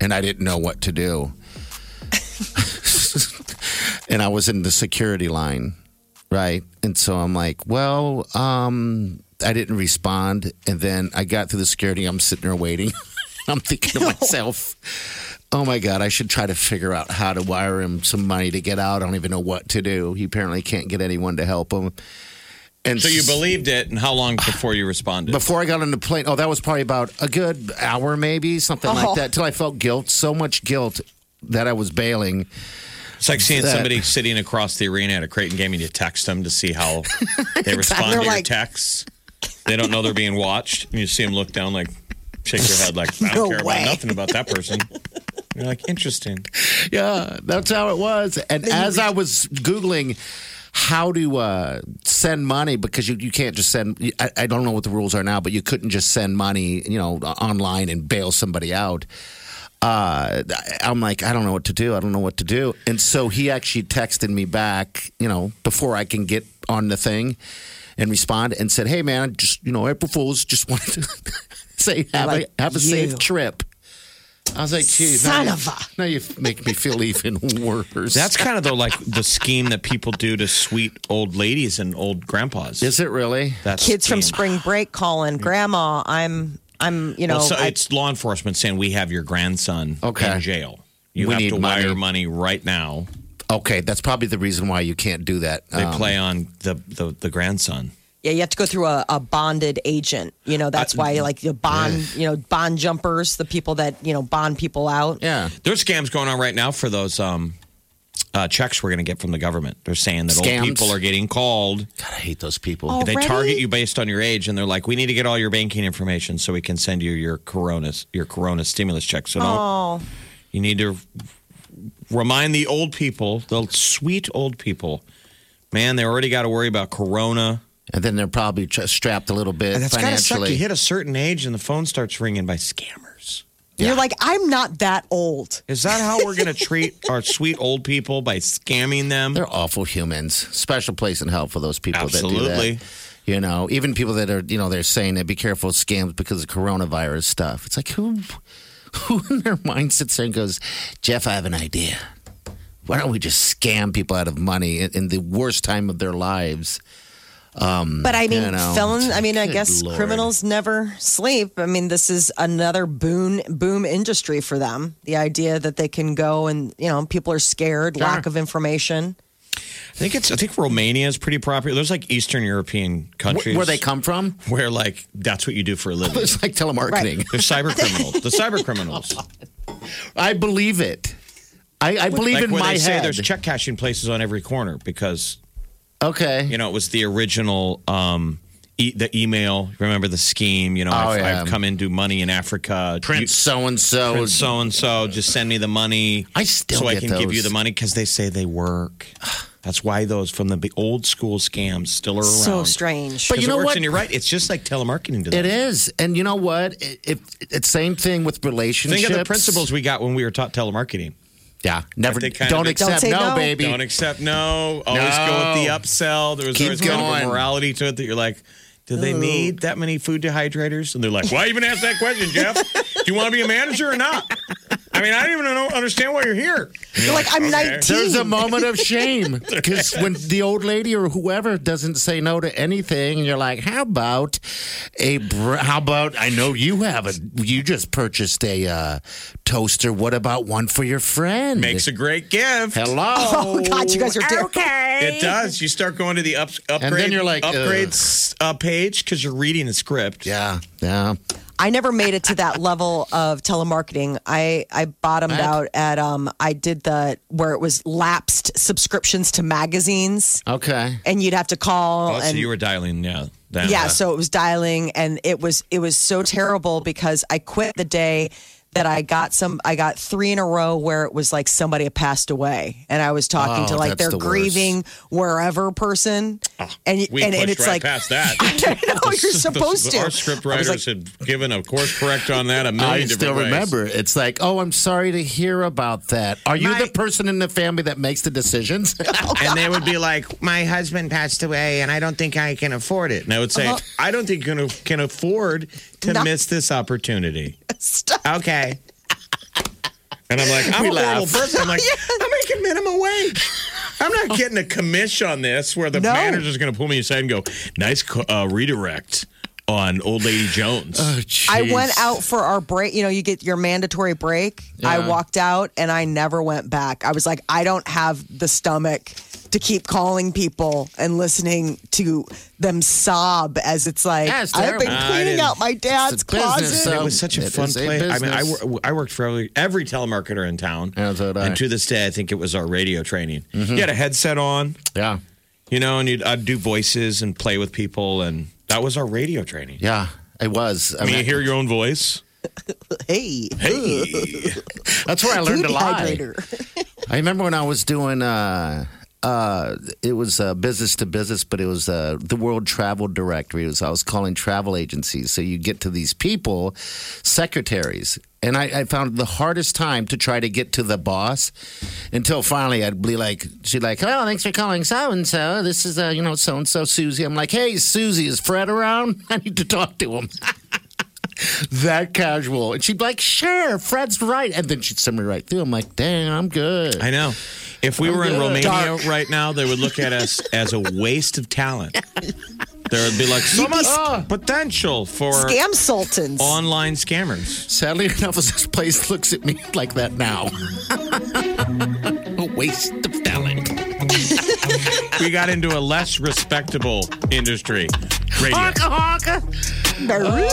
S5: And I didn't know what to do. [LAUGHS] and I was in the security line, right? And so I'm like, well, um, I didn't respond. And then I got through the security, I'm sitting there waiting. [LAUGHS] I'm thinking to myself, Oh my God, I should try to figure out how to wire him some money to get out. I don't even know what to do. He apparently can't get anyone to help him. And
S4: So you
S5: s-
S4: believed it, and how long before you responded?
S5: Before I got on the plane, oh, that was probably about a good hour, maybe something
S3: Oh.
S5: like that, till I felt guilt, so much guilt that I was bailing.
S4: It's like seeing
S5: that-
S4: somebody sitting across the arena at a Creighton game, and you text them to
S3: [LAUGHS]
S4: see how they respond
S3: They're
S4: to
S3: like-
S4: your texts. They don't know they're being watched, and you see them look down, like shake their head, like I
S3: No
S4: don't care
S3: way.
S4: about nothing about that person. You're like interesting.
S5: Yeah, that's how it was. And as I was Googling how to uh, send money, because you, you can't just send, I, I don't know what the rules are now, but you couldn't just send money, you know, online and bail somebody out. Uh, I'm like, I don't know what to do. I don't know what to do. And so he actually texted me back, you know, before I can get on the thing and respond and said, Hey, man, I just, you know, April Fools just [LAUGHS] wanted to say, have,
S3: Like
S5: a, have a safe
S3: you.
S5: trip. I was like, geez,
S3: Son
S5: now
S3: of
S5: you-
S3: a-
S5: Now you make me feel even worse.
S4: That's kind of though like the scheme that people do to sweet old ladies and old grandpas.
S5: is it really?
S4: That's
S3: Kids from
S4: scheme.
S3: spring break calling, Grandma, I'm I'm you know
S4: Well, so
S3: I-
S4: it's law enforcement saying we have your grandson
S5: Okay.
S4: in jail. You
S5: We
S4: have
S5: need
S4: to
S5: money.
S4: wire money right now.
S5: Okay, that's probably the reason why you can't do that.
S4: They
S5: Um,
S4: play on the, the the grandson.
S3: Yeah, you have to go through a, a bonded agent. You know, that's why like the bond, you know, bond jumpers, the people that, you know, bond people out.
S5: Yeah,
S4: There's scams going on right now for those um, uh, checks we're going to get from the government. They're saying that
S5: Scams.
S4: old people are getting called.
S5: God, I hate those people.
S4: They
S3: Already?
S4: target you based on your age, and they're like, "We need to get all your banking information so we can send you your corona your corona stimulus check." So don't,
S3: Oh,
S4: you need to remind the old people, the sweet old people, man, they already got to worry about corona.
S5: And then they're probably tr- strapped a little bit
S4: And that's gotta suck.
S5: financially.
S4: You hit a certain age, and the phone starts ringing by scammers.
S3: You're like, I'm not that old.
S4: Is that how
S5: [LAUGHS]
S4: we're going to treat our sweet old people by scamming them?
S5: They're awful humans. Special place in hell for those people that do
S4: Absolutely.
S5: that. You know, even people that are, you know, they're saying that be careful of scams because of coronavirus stuff. It's like who, who in their mind sits there and goes, Jeff, I have an idea. Why don't we just scam people out of money in, in the worst time of their lives?
S3: But I mean,
S5: You know,
S3: felons. I mean, I
S5: good
S3: guess
S5: Lord.
S3: criminals never sleep. I mean, this is another boon boom industry for them. The idea that they can go and you know people are scared, lack of information.
S4: I think it's. I think Romania is pretty popular. There's like Eastern European countries
S5: Wh- where they come from?
S4: where like that's what you do for
S5: [LAUGHS]
S4: a living.
S5: It's like telemarketing.
S4: They're
S5: [LAUGHS]
S4: cyber criminals. The cyber criminals.
S5: I believe it. I, I believe
S4: like
S5: in
S4: where
S5: my
S4: they say
S5: head.
S4: there's check cashing places on every corner because
S5: okay.
S4: you know it was the original um, e- the email. Remember the scheme? You know,
S5: Oh,
S4: I've,
S5: yeah.
S4: I've come in do money in Africa.
S5: Prince so and so.
S4: so and so, just send me the money.
S5: I still
S4: so I
S5: get
S4: can give
S5: those.
S4: you the money because they say
S5: [SIGHS]
S4: they work. That's why those from the b- old school scams still are around.
S3: So strange.
S5: But you
S4: Because it
S5: know
S4: works,
S5: what?
S4: And you're right. It's just like telemarketing to them.
S5: It is, and you know what? It, it, it's same thing with relationships.
S4: Think of the principles we got when we were taught telemarketing.
S5: Yeah, never.
S4: they kind
S5: Don't
S4: of-
S3: Don't
S5: accept
S3: say
S5: no,
S3: no.
S5: baby.
S4: Don't accept no. Always
S5: No.
S4: go with the upsell. There was
S5: Keep
S4: always kind
S5: going.
S4: of a morality to it that you're like, do they need that many food dehydrators? And they're like, why even ask that question, Jeff? Do you want to be a manager or not? I mean, I don't even know, understand why you're here.
S3: You're like, I'm 19.
S5: There's a moment of
S4: [LAUGHS]
S5: shame because when the old lady or whoever doesn't say no to anything, and you're like, "How about a? Br- how about I know you have a. You just purchased a uh, toaster. What about one for your friend?
S4: Makes a great gift.
S5: Hello.
S3: oh God, you guys are terrible.
S4: It does. You start going to the ups, upgrade,
S5: then you're like, ugh.
S4: upgrades uh, page because you're reading a script.
S5: Yeah, yeah.
S3: [LAUGHS] I never made it to that level of telemarketing. I I bottomed out at um I did the where it was lapsed subscriptions to magazines,
S5: Okay.
S3: and you'd have to call
S4: Oh, so
S3: and
S4: you were dialing, yeah. That, uh,
S3: yeah so it was dialing and it was it was so terrible because i quit the day that i got some i got three in a row where it was like somebody had passed away and i was talking
S5: Oh,
S3: to like
S5: that's
S3: their
S5: the worst.
S3: grieving wherever person and,
S4: Oh, we
S3: and,
S4: pushed
S3: and it's
S4: right
S3: like
S4: past that.
S3: [LAUGHS] I know,
S4: [LAUGHS]
S3: you're supposed to
S4: Our script
S3: I was
S4: writers
S3: like,
S4: had given a course correct on that a million
S5: I
S4: different
S5: still
S4: ways.
S5: remember. It's like, oh, I'm sorry to hear about that. Are you the person in the family that makes the decisions?
S4: And they would be like, "My husband passed away, and I don't think I can afford it." And I would say,
S3: Uh-huh.
S4: "I don't think you can- can afford to
S3: No.
S4: miss this opportunity."
S3: [LAUGHS] stop.
S4: Okay. And I'm like, I'm
S5: We
S4: a horrible
S5: laugh.
S4: person.
S3: [LAUGHS]
S4: I'm like, I'm making minimum wage. I'm not getting a commish on this where the
S3: No.
S4: manager's going to pull me aside and go, nice co- uh, redirect on Old Lady Jones.
S3: I went out for our break. You know, you get your mandatory break. I walked out and I never went back. I was like, I don't have the stomach to keep calling people and listening to them sob as it's like,
S5: Yeah, it's
S3: I've been
S5: terrible.
S3: cleaning
S4: I
S3: out my dad's
S5: It's a business,
S3: closet.
S5: so-
S4: it was such a
S5: It
S4: fun
S5: is a
S4: place. I mean, I,
S5: business.
S4: wor- I worked for every, every telemarketer in town.
S5: Yeah, so did I. Mm-hmm.
S4: And to this day, I think it was our radio training. You had a headset on,
S5: yeah,
S4: you know, and you'd, I'd do voices and play with people. And that was our radio training.
S5: yeah. It was. I
S4: I mean,
S5: mean,
S4: you hear your own voice.
S3: hey,
S4: Hey.
S5: that's where I learned to
S3: food
S5: lie.
S3: dehydrator.
S5: I remember when I was doing. Uh, uh, it was uh, business to business, but it was uh, the World Travel Directory. It was, I was calling travel agencies. So you get to these people, secretaries. And I, I found the hardest time to try to get to the boss until finally I'd be like, she'd like, hello, thanks for calling so and so. This is, uh, you know, so and so Susie. I'm like, hey, Susie, is Fred around? [LAUGHS] I need to talk to him. [LAUGHS] that casual. And she'd be like, sure, Fred's right. And then she'd send me right through. I'm like, dang, I'm good.
S4: I know. If we were in
S5: good.
S4: Romania
S5: Dark.
S4: right now, they would look
S5: [LAUGHS]
S4: at us as a waste of talent. There would be like so much
S5: Oh.
S4: potential for
S3: Scam Sultans.
S4: online scammers.
S5: Sadly enough, [LAUGHS] this place looks at me like that now. [LAUGHS] a waste of talent.
S4: We got into a less respectable industry. Radio.
S5: honka. [LAUGHS]
S3: Noriega.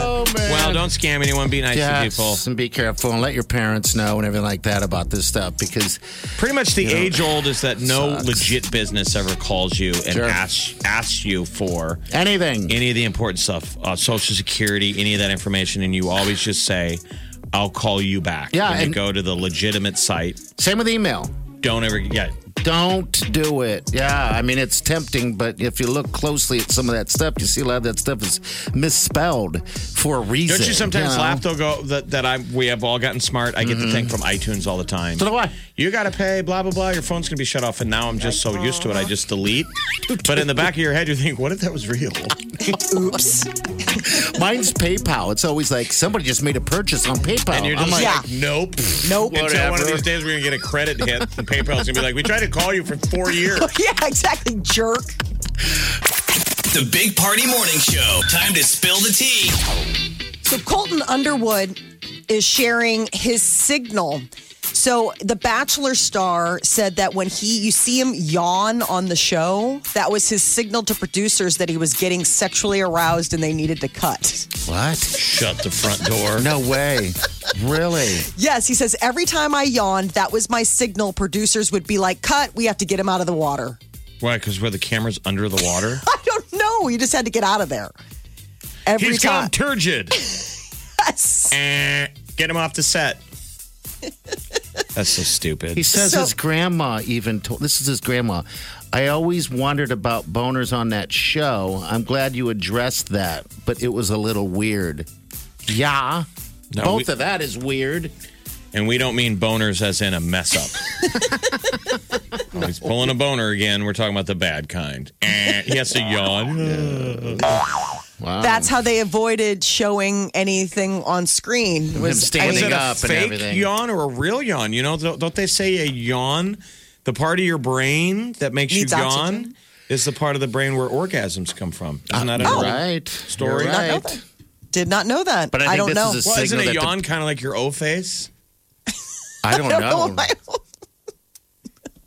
S5: Oh, man.
S4: Well, don't scam anyone. Be nice to people.
S5: Yes, and be careful and let your parents know and everything like that about this stuff because
S4: Pretty much the
S5: know,
S4: age old is that no
S5: sucks.
S4: legit business ever calls you and
S5: Sure.
S4: asks asks you for
S5: anything.
S4: any of the important stuff, uh, social security, any of that information, and you always just say, "I'll call you back."
S5: Yeah,
S4: and you
S5: and-
S4: go to the legitimate site.
S5: Same with email.
S4: Don't ever yeah.
S5: Don't do it. Yeah, I mean, it's tempting, but if you look closely at some of that stuff, you see a lot of that stuff is misspelled for a reason.
S4: Don't you sometimes
S5: know? Mm-hmm.
S4: laugh though? Go that, that I we have all gotten smart. I get the thing from iTunes all the time.
S5: So do I.
S4: You got to pay blah blah blah. Your phone's gonna be shut off, and now I'm just so used to it, I just delete. but in the back of your head, you think, what if that was real?
S3: Oops.
S5: Mine's PayPal. It's always like somebody just made a purchase on PayPal.
S4: And you're just
S5: I'm like,
S4: like,
S3: Yeah.
S4: nope,
S3: Nope.
S4: Until one of
S5: Whatever.
S4: these days we're gonna get a credit hit, and PayPal's gonna be like, we tried to call you for four years.
S3: [LAUGHS] yeah, exactly, jerk.
S1: The Big Party Morning Show. Time to spill the tea.
S3: So Colton Underwood is sharing his signal. So the Bachelor star said that when he you see him yawn on the show, that was his signal to producers that he was getting sexually aroused and they needed to cut.
S5: what?
S4: Shut the front door.
S5: No way. really?
S3: Yes, he says every time I yawned, that was my signal. Producers would be like, "Cut, we have to get him out of the water." [LAUGHS]
S4: Why? Because where the camera's under the water.
S3: I don't know. You just had to get out of there. Every
S4: [LAUGHS] He's
S3: time.
S4: gone [LAUGHS] turgid.
S3: Yes.
S4: Eh, Get him off the set. That's so stupid.
S5: He says
S3: So-
S5: his grandma even told this is his grandma. I always wondered about boners on that show. I'm glad you addressed that, but it was a little weird. Yeah.
S4: No,
S5: Both
S4: we-
S5: of that is weird.
S4: And we don't mean boners as in a mess up. [LAUGHS] Oh, He's pulling a boner again. We're talking about the bad kind. Eh, he has to yawn.
S3: [LAUGHS]
S5: Wow.
S3: That's how they avoided showing anything on screen.
S5: him
S3: Was I mean,
S5: standing
S4: Is it a
S5: up and
S4: fake
S5: everything.
S4: yawn or a real yawn? You know, don't don't they say a yawn, the part of your brain that makes
S3: Needs
S4: you yawn,
S3: oxygen?
S4: is the part of the brain where orgasms come from. Isn't that a
S5: You're Uh, right.
S4: Story.
S5: You're
S4: Not
S5: right.
S3: nothing. did not know that.
S5: But I think
S3: don't
S5: this
S3: know.
S5: is a
S4: Well, isn't
S5: signal
S4: a
S5: that the-
S4: yawn kind of like your O face?
S5: I
S3: [LAUGHS]
S5: don't know.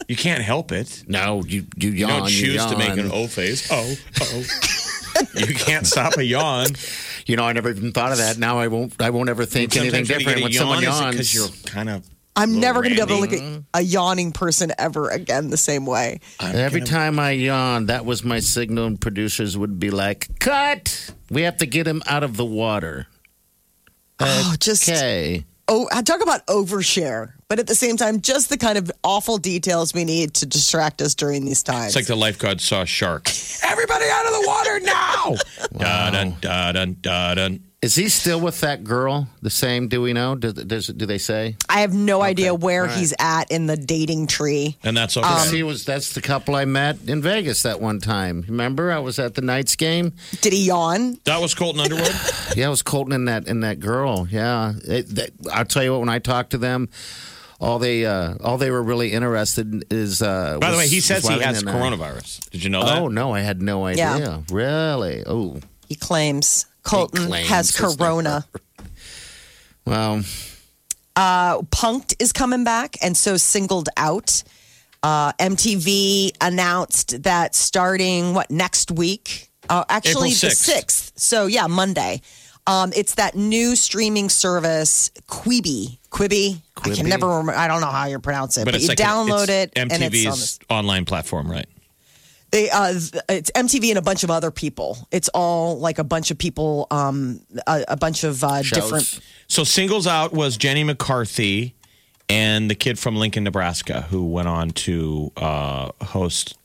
S4: You can't help it.
S5: No, you you
S4: You
S5: yawn.
S4: don't
S5: you
S4: choose to make
S5: yawn.
S4: an O face. Oh, oh. you can't stop
S5: [LAUGHS]
S4: a yawn.
S5: You know, I never even thought of that. Now I won't. I won't ever think anything
S4: Sometimes
S5: different when
S4: you get a
S5: someone
S4: yawn,
S5: yawns.
S4: because you're kind of.
S3: I'm never going to be able to look
S4: Randy.
S3: at a yawning person ever again the same way.
S5: Every time I yawned, that was my signal, and producers would be like, "Cut! We have to get him out of the water."
S3: Oh, just
S5: Okay.
S3: oh, I talk about overshare, but at the same time, just the kind of awful details we need to distract us during these times.
S4: It's like the lifeguard saw a shark. Everybody out of the water [LAUGHS] now! Da dun da dun da dun.
S5: Is he still with that girl? The same? Do we know? Do, does, do they say?
S3: I have no idea where he's at in the dating tree.
S4: And that's okay.
S5: he was. That's the couple I met in Vegas that one time. Remember, I was at the Knights game.
S3: Did he yawn?
S4: that was Colton Underwood.
S5: Yeah, it was Colton and that and that girl. Yeah, It- that- I'll tell you what. When I talked to them, all they uh, all they were really interested in is. Uh,
S4: By the
S5: was-
S4: way, he
S5: was
S4: says he
S5: Wiley
S4: has
S5: and I.
S4: coronavirus. Did you know that?
S5: Oh no, I had no idea.
S3: Yeah.
S5: Really? Oh,
S3: He claims Colton
S5: claims
S3: has
S5: it's not-
S3: corona.
S5: well.
S3: Punked is coming back, and so singled out. Uh, MTV announced that starting what next week? Uh, actually,
S4: April
S3: the
S4: 6th.
S3: sixth. So yeah, Monday. Um, it's that new streaming service, Quibi. Quibi. I can
S5: Quibi.
S3: never remember. I don't know how you pronounce it, but, you
S4: like a-
S3: download it,
S4: it's
S3: and it's on the
S4: MTV's online platform, right?
S3: they uh th- it's MTV and a bunch of other people. It's all like a bunch of people um a, a bunch of uh, different
S4: So singles out was Jenny McCarthy and the kid from Lincoln, Nebraska, who went on to uh, host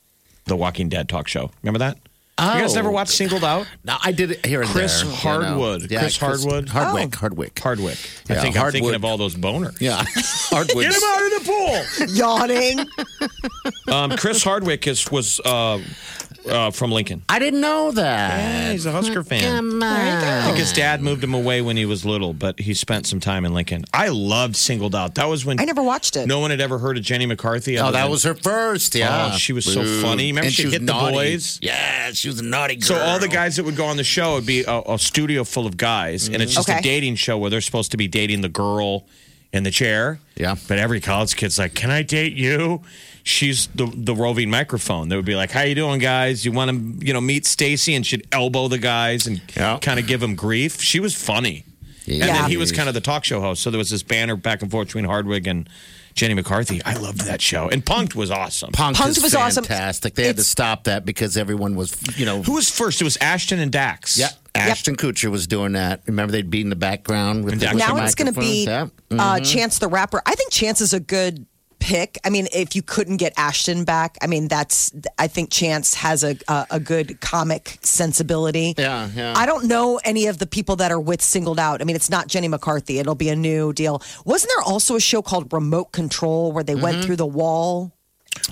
S4: the Walking Dead talk show. Remember that? You guys
S5: Oh.
S4: never watched Singled Out?
S5: No, I did it here and
S4: Chris
S5: there. you know.
S4: Hardwood. Chris Hardwood. Oh.
S5: Hardwick. Hardwick.
S4: Hardwick. I
S5: Yeah,
S4: think I'm thinking
S5: Hardwood.
S4: of all those boners.
S5: Yeah. [LAUGHS] Hardwood.
S4: Get him out of the
S3: yawning.
S4: [LAUGHS] pool. um, Chris Hardwick is was uh, uh, from Lincoln.
S5: I didn't know
S4: Yeah,
S5: that.
S4: he's a Husker fan.
S5: Come
S4: I
S5: on.
S4: think his dad moved him away when he was little, but he spent some time in Lincoln. I loved Singled Out. That was when
S3: I never watched it.
S4: No one had ever heard of Jenny McCarthy.
S5: Oh,
S4: other
S5: that
S4: than-
S5: was her first. Yeah.
S4: Oh, she was so
S5: Boo.
S4: funny. Remember
S5: And
S4: she'd
S5: was
S4: hit the
S5: naughty.
S4: boys?
S5: Yeah, she was a naughty girl.
S4: So all the guys that would go on the show would be a, a studio full of guys, and it's just
S3: Okay.
S4: a dating show where they're supposed to be dating the girl in the chair.
S5: Yeah.
S4: But every college kid's like, "Can I date you?" She's the the roving microphone. They would be like, "How you doing, guys? You want to you know meet Stacy?" And she'd elbow the guys and
S5: Yeah.
S4: kind of give them grief. She was funny,
S5: Yeah.
S4: and then he was kind of the talk show host. So there was this banner back and forth between Hardwick and Jenny McCarthy. I loved that show, and Punked was awesome.
S5: Punked,
S3: Punked
S5: is
S3: was awesome.
S5: fantastic. They had to
S3: It's-
S5: stop that because everyone was, you know.
S4: Who was first? It was Ashton and Dax.
S5: Yeah. Ashton Kutcher was doing that. Remember, they'd be in the background with the,
S4: And
S5: with the
S3: now it's going to
S5: microphones?
S3: be
S5: Mm-hmm. Yeah.
S3: uh, Chance the Rapper. I think Chance is a good pick. I mean, if you couldn't get Ashton back, I mean, that's I think Chance has a a, a good comic sensibility.
S5: Yeah, yeah.
S3: I don't know any of the people that are with singled out. I mean, it's not Jenny McCarthy. It'll be a new deal. Wasn't there also a show called Remote Control where they
S5: Mm-hmm.
S3: went through the wall?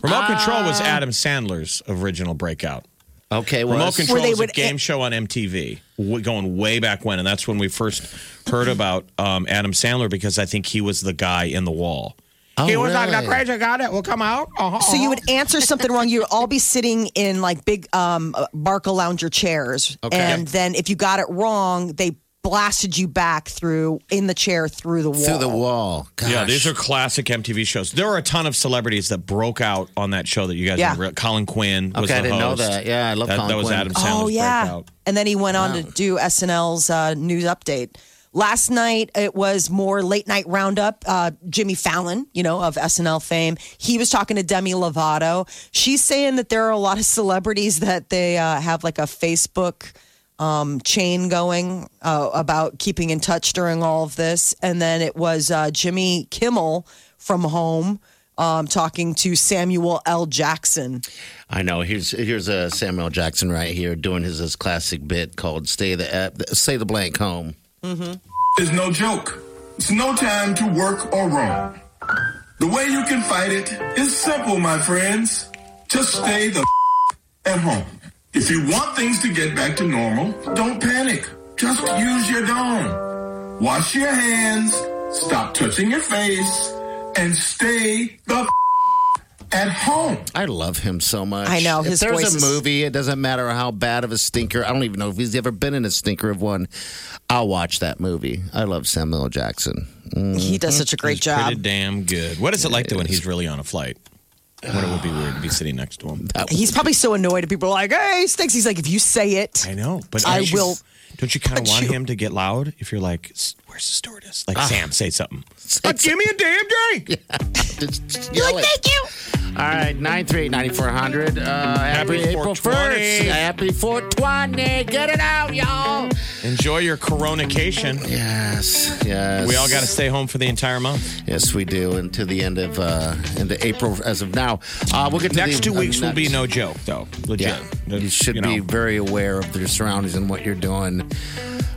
S4: Remote Control
S3: Uh,
S4: was Adam Sandler's original breakout.
S5: Okay, well,
S4: Remote
S5: that's-
S4: Control
S3: Where they
S4: was a
S3: would-
S4: game show on MTV w- going way back when, and that's when we first heard about um, Adam Sandler because I think he was the guy in the wall.
S5: Oh,
S4: he was like
S5: really?
S4: the crazy guy that will come out. Uh-huh,
S3: So you
S4: uh-huh."
S3: would answer something wrong. You'd all be sitting in like big um, Barca lounger chairs,
S5: Okay.
S3: and then if you got it wrong, they blasted you back through in the chair through the wall.
S5: through the wall. Gosh.
S4: Yeah, these are classic MTV shows. There were a ton of celebrities that broke out on that show that you guys
S3: Yeah.
S4: didn't real- Colin Quinn was
S5: Okay, I
S4: the
S5: didn't know
S4: host.
S5: that. Yeah, I love
S4: that,
S5: Colin
S4: that was
S5: Quinn.
S4: Adam Sandler's
S3: Oh yeah,
S4: breakout.
S3: and then he went on to do SNL's uh, news update. Last night it was more late night roundup. Uh, Jimmy Fallon, you know of SNL fame, he was talking to Demi Lovato. She's saying that there are a lot of celebrities that they uh, have like a Facebook um, chain going uh, about keeping in touch during all of this. And then it was uh, Jimmy Kimmel from home um, talking to Samuel L. Jackson.
S5: I know. Here's here's uh, Samuel Jackson right here doing his, his classic bit called "Stay the uh, Stay the Blank Home."
S9: is no joke. It's no time to work or roam. The way you can fight it is simple, my friends. Just stay the at home. If you want things to get back to normal, don't panic. Just use your dome. Wash your hands, stop touching your face, and stay the at home.
S5: I love him so much.
S3: I know,
S5: If
S3: his
S5: there's
S3: voice
S5: a
S3: is-
S5: movie, it doesn't matter how bad of a stinker. I don't even know if he's ever been in a stinker of one. I'll watch that movie. I love Samuel L. Jackson.
S3: He does such a great
S4: Mm-hmm. Pretty
S3: job.
S4: damn good. What is it like though when he's really on a flight? What it would be weird to be sitting next to him.
S3: He's probably so annoyed at people are like, hey, Stinks. He's like, if you say it,
S4: I know, but
S3: I
S4: don't you-
S3: will
S4: Don't you kind of
S3: punch
S4: want
S3: you.
S4: him to get loud if you're like, "S- "Where's the stewardess?"
S5: Ah.
S4: Like Sam, say something. Uh, give me a damn drink.
S5: Just, just yell it.
S3: you.
S5: All right, 938-9400. Uh, happy,
S4: Happy
S5: April 1st.
S4: 420.
S5: Happy 420. Get it out, y'all.
S4: Enjoy your Coronication.
S5: Yes, yes.
S4: We all got to stay home for the entire month.
S5: Yes, we do. And to the end of uh, into April as of now. Uh, we'll get to
S4: Next
S5: the-
S4: two
S5: uh,
S4: weeks will be
S5: next-
S4: no joke, though. Legit.
S5: Yeah, you
S4: That's,
S5: should
S4: know,
S5: be very aware of your surroundings and what you're doing.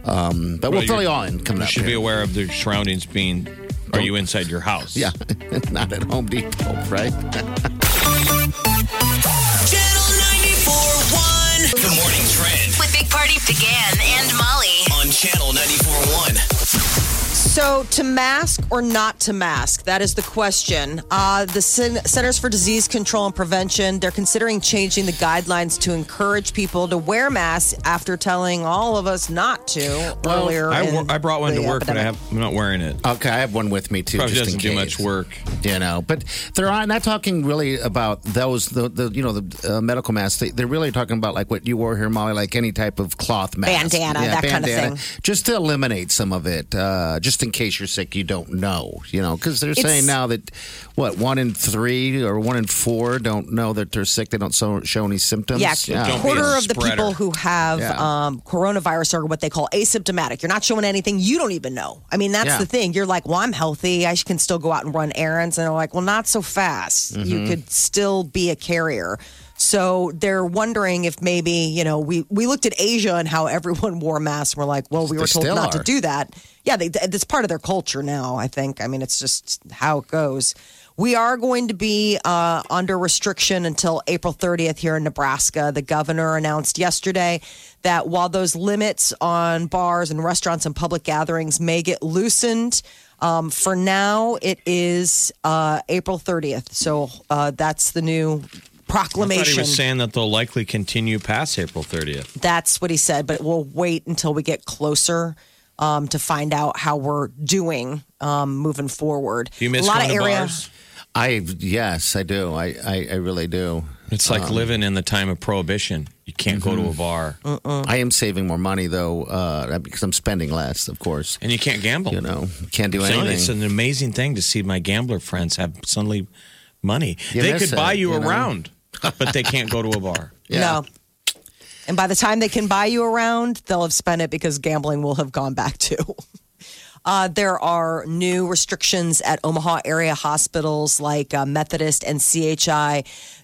S5: Um, but we'll fill
S4: Well, you're-
S5: you all in coming
S4: You
S5: up.
S4: should be
S5: here.
S4: aware of the surroundings being. Are you inside your
S5: [LAUGHS]
S4: house?
S5: yeah, [LAUGHS] not at Home Depot,
S4: [LAUGHS]
S5: right?
S1: Channel 94.1. The morning trend
S2: With Big Party began and Molly.
S1: on Channel 94.1.
S3: So, to mask or not to mask? That is the question. Uh, the Cen- Centers for Disease Control and Prevention, they're considering changing the guidelines to encourage people to wear masks after telling all of us not to earlier.
S4: I,
S3: in
S4: wore- I brought one to
S3: the
S4: work, but I
S3: epidemic.
S4: have, I'm not wearing it.
S5: Okay, I have one with me too.
S4: Probably
S5: just in
S4: doesn't do
S5: case.
S4: much work.
S5: you know. But they're on- not talking really about those, the, the you know, the uh, medical masks. They, they're really talking about like what you wore here, Molly, like any type of cloth mask,
S3: Bandana, that kind of thing.
S5: just to eliminate some of it, uh, just in case you're sick, you don't know, you know, because they're saying
S3: It's-
S5: now that what one in three or one in four don't know that they're sick. They don't so, show any symptoms.
S3: Yeah,
S4: Don't be
S3: quarter
S4: a
S3: of the
S4: spreader.
S3: people who have
S5: Yeah.
S3: um, coronavirus are what they call asymptomatic. You're not showing anything. You don't even know. I mean, that's
S5: Yeah.
S3: the thing. You're like, well, I'm healthy. I sh- can still go out and run errands. And they're like, well, not so fast.
S5: Mm-hmm.
S3: You could still be a carrier. So they're wondering if maybe, you know, we, we looked at Asia and how everyone [LAUGHS] wore masks. We're like, well, we were
S5: They
S3: told
S5: still
S3: not
S5: are.
S3: to do that. Yeah, they, that's part of their culture now, I think. I mean, it's just how it goes. We are going to be uh, under restriction until April 30th here in Nebraska. The governor announced yesterday that while those limits on bars and restaurants and public gatherings may get loosened, um, for now it is uh, April 30th. So uh, that's the new
S4: I thought he
S3: proclamation.
S4: was saying that they'll likely continue past April 30th.
S3: That's what he said, but we'll wait until we get closer um, to find out how we're doing um, moving forward.
S4: Do you miss
S3: a lot
S4: going
S3: of
S4: to
S3: area.
S4: bars?
S5: I yes, I do. I I, I really do.
S4: It's like
S5: Um,
S4: living in the time of prohibition. You can't go to
S5: Mm-hmm.
S4: a bar
S5: I am saving more money though uh, because I'm spending less, of course.
S4: and you can't gamble.
S5: You know, can't do
S4: So
S5: anything.
S4: it's an amazing thing to see my gambler friends have suddenly money.
S5: You
S4: they
S5: miss
S4: could buy
S5: it,
S4: you,
S5: you
S4: a
S5: know?
S4: round, but they can't go to a bar.
S5: [LAUGHS] Yeah.
S3: No. And by the time they can buy you around, they'll have spent it because gambling will have gone back too. [LAUGHS] Uh, there are new restrictions at Omaha area hospitals like uh, Methodist and CHI.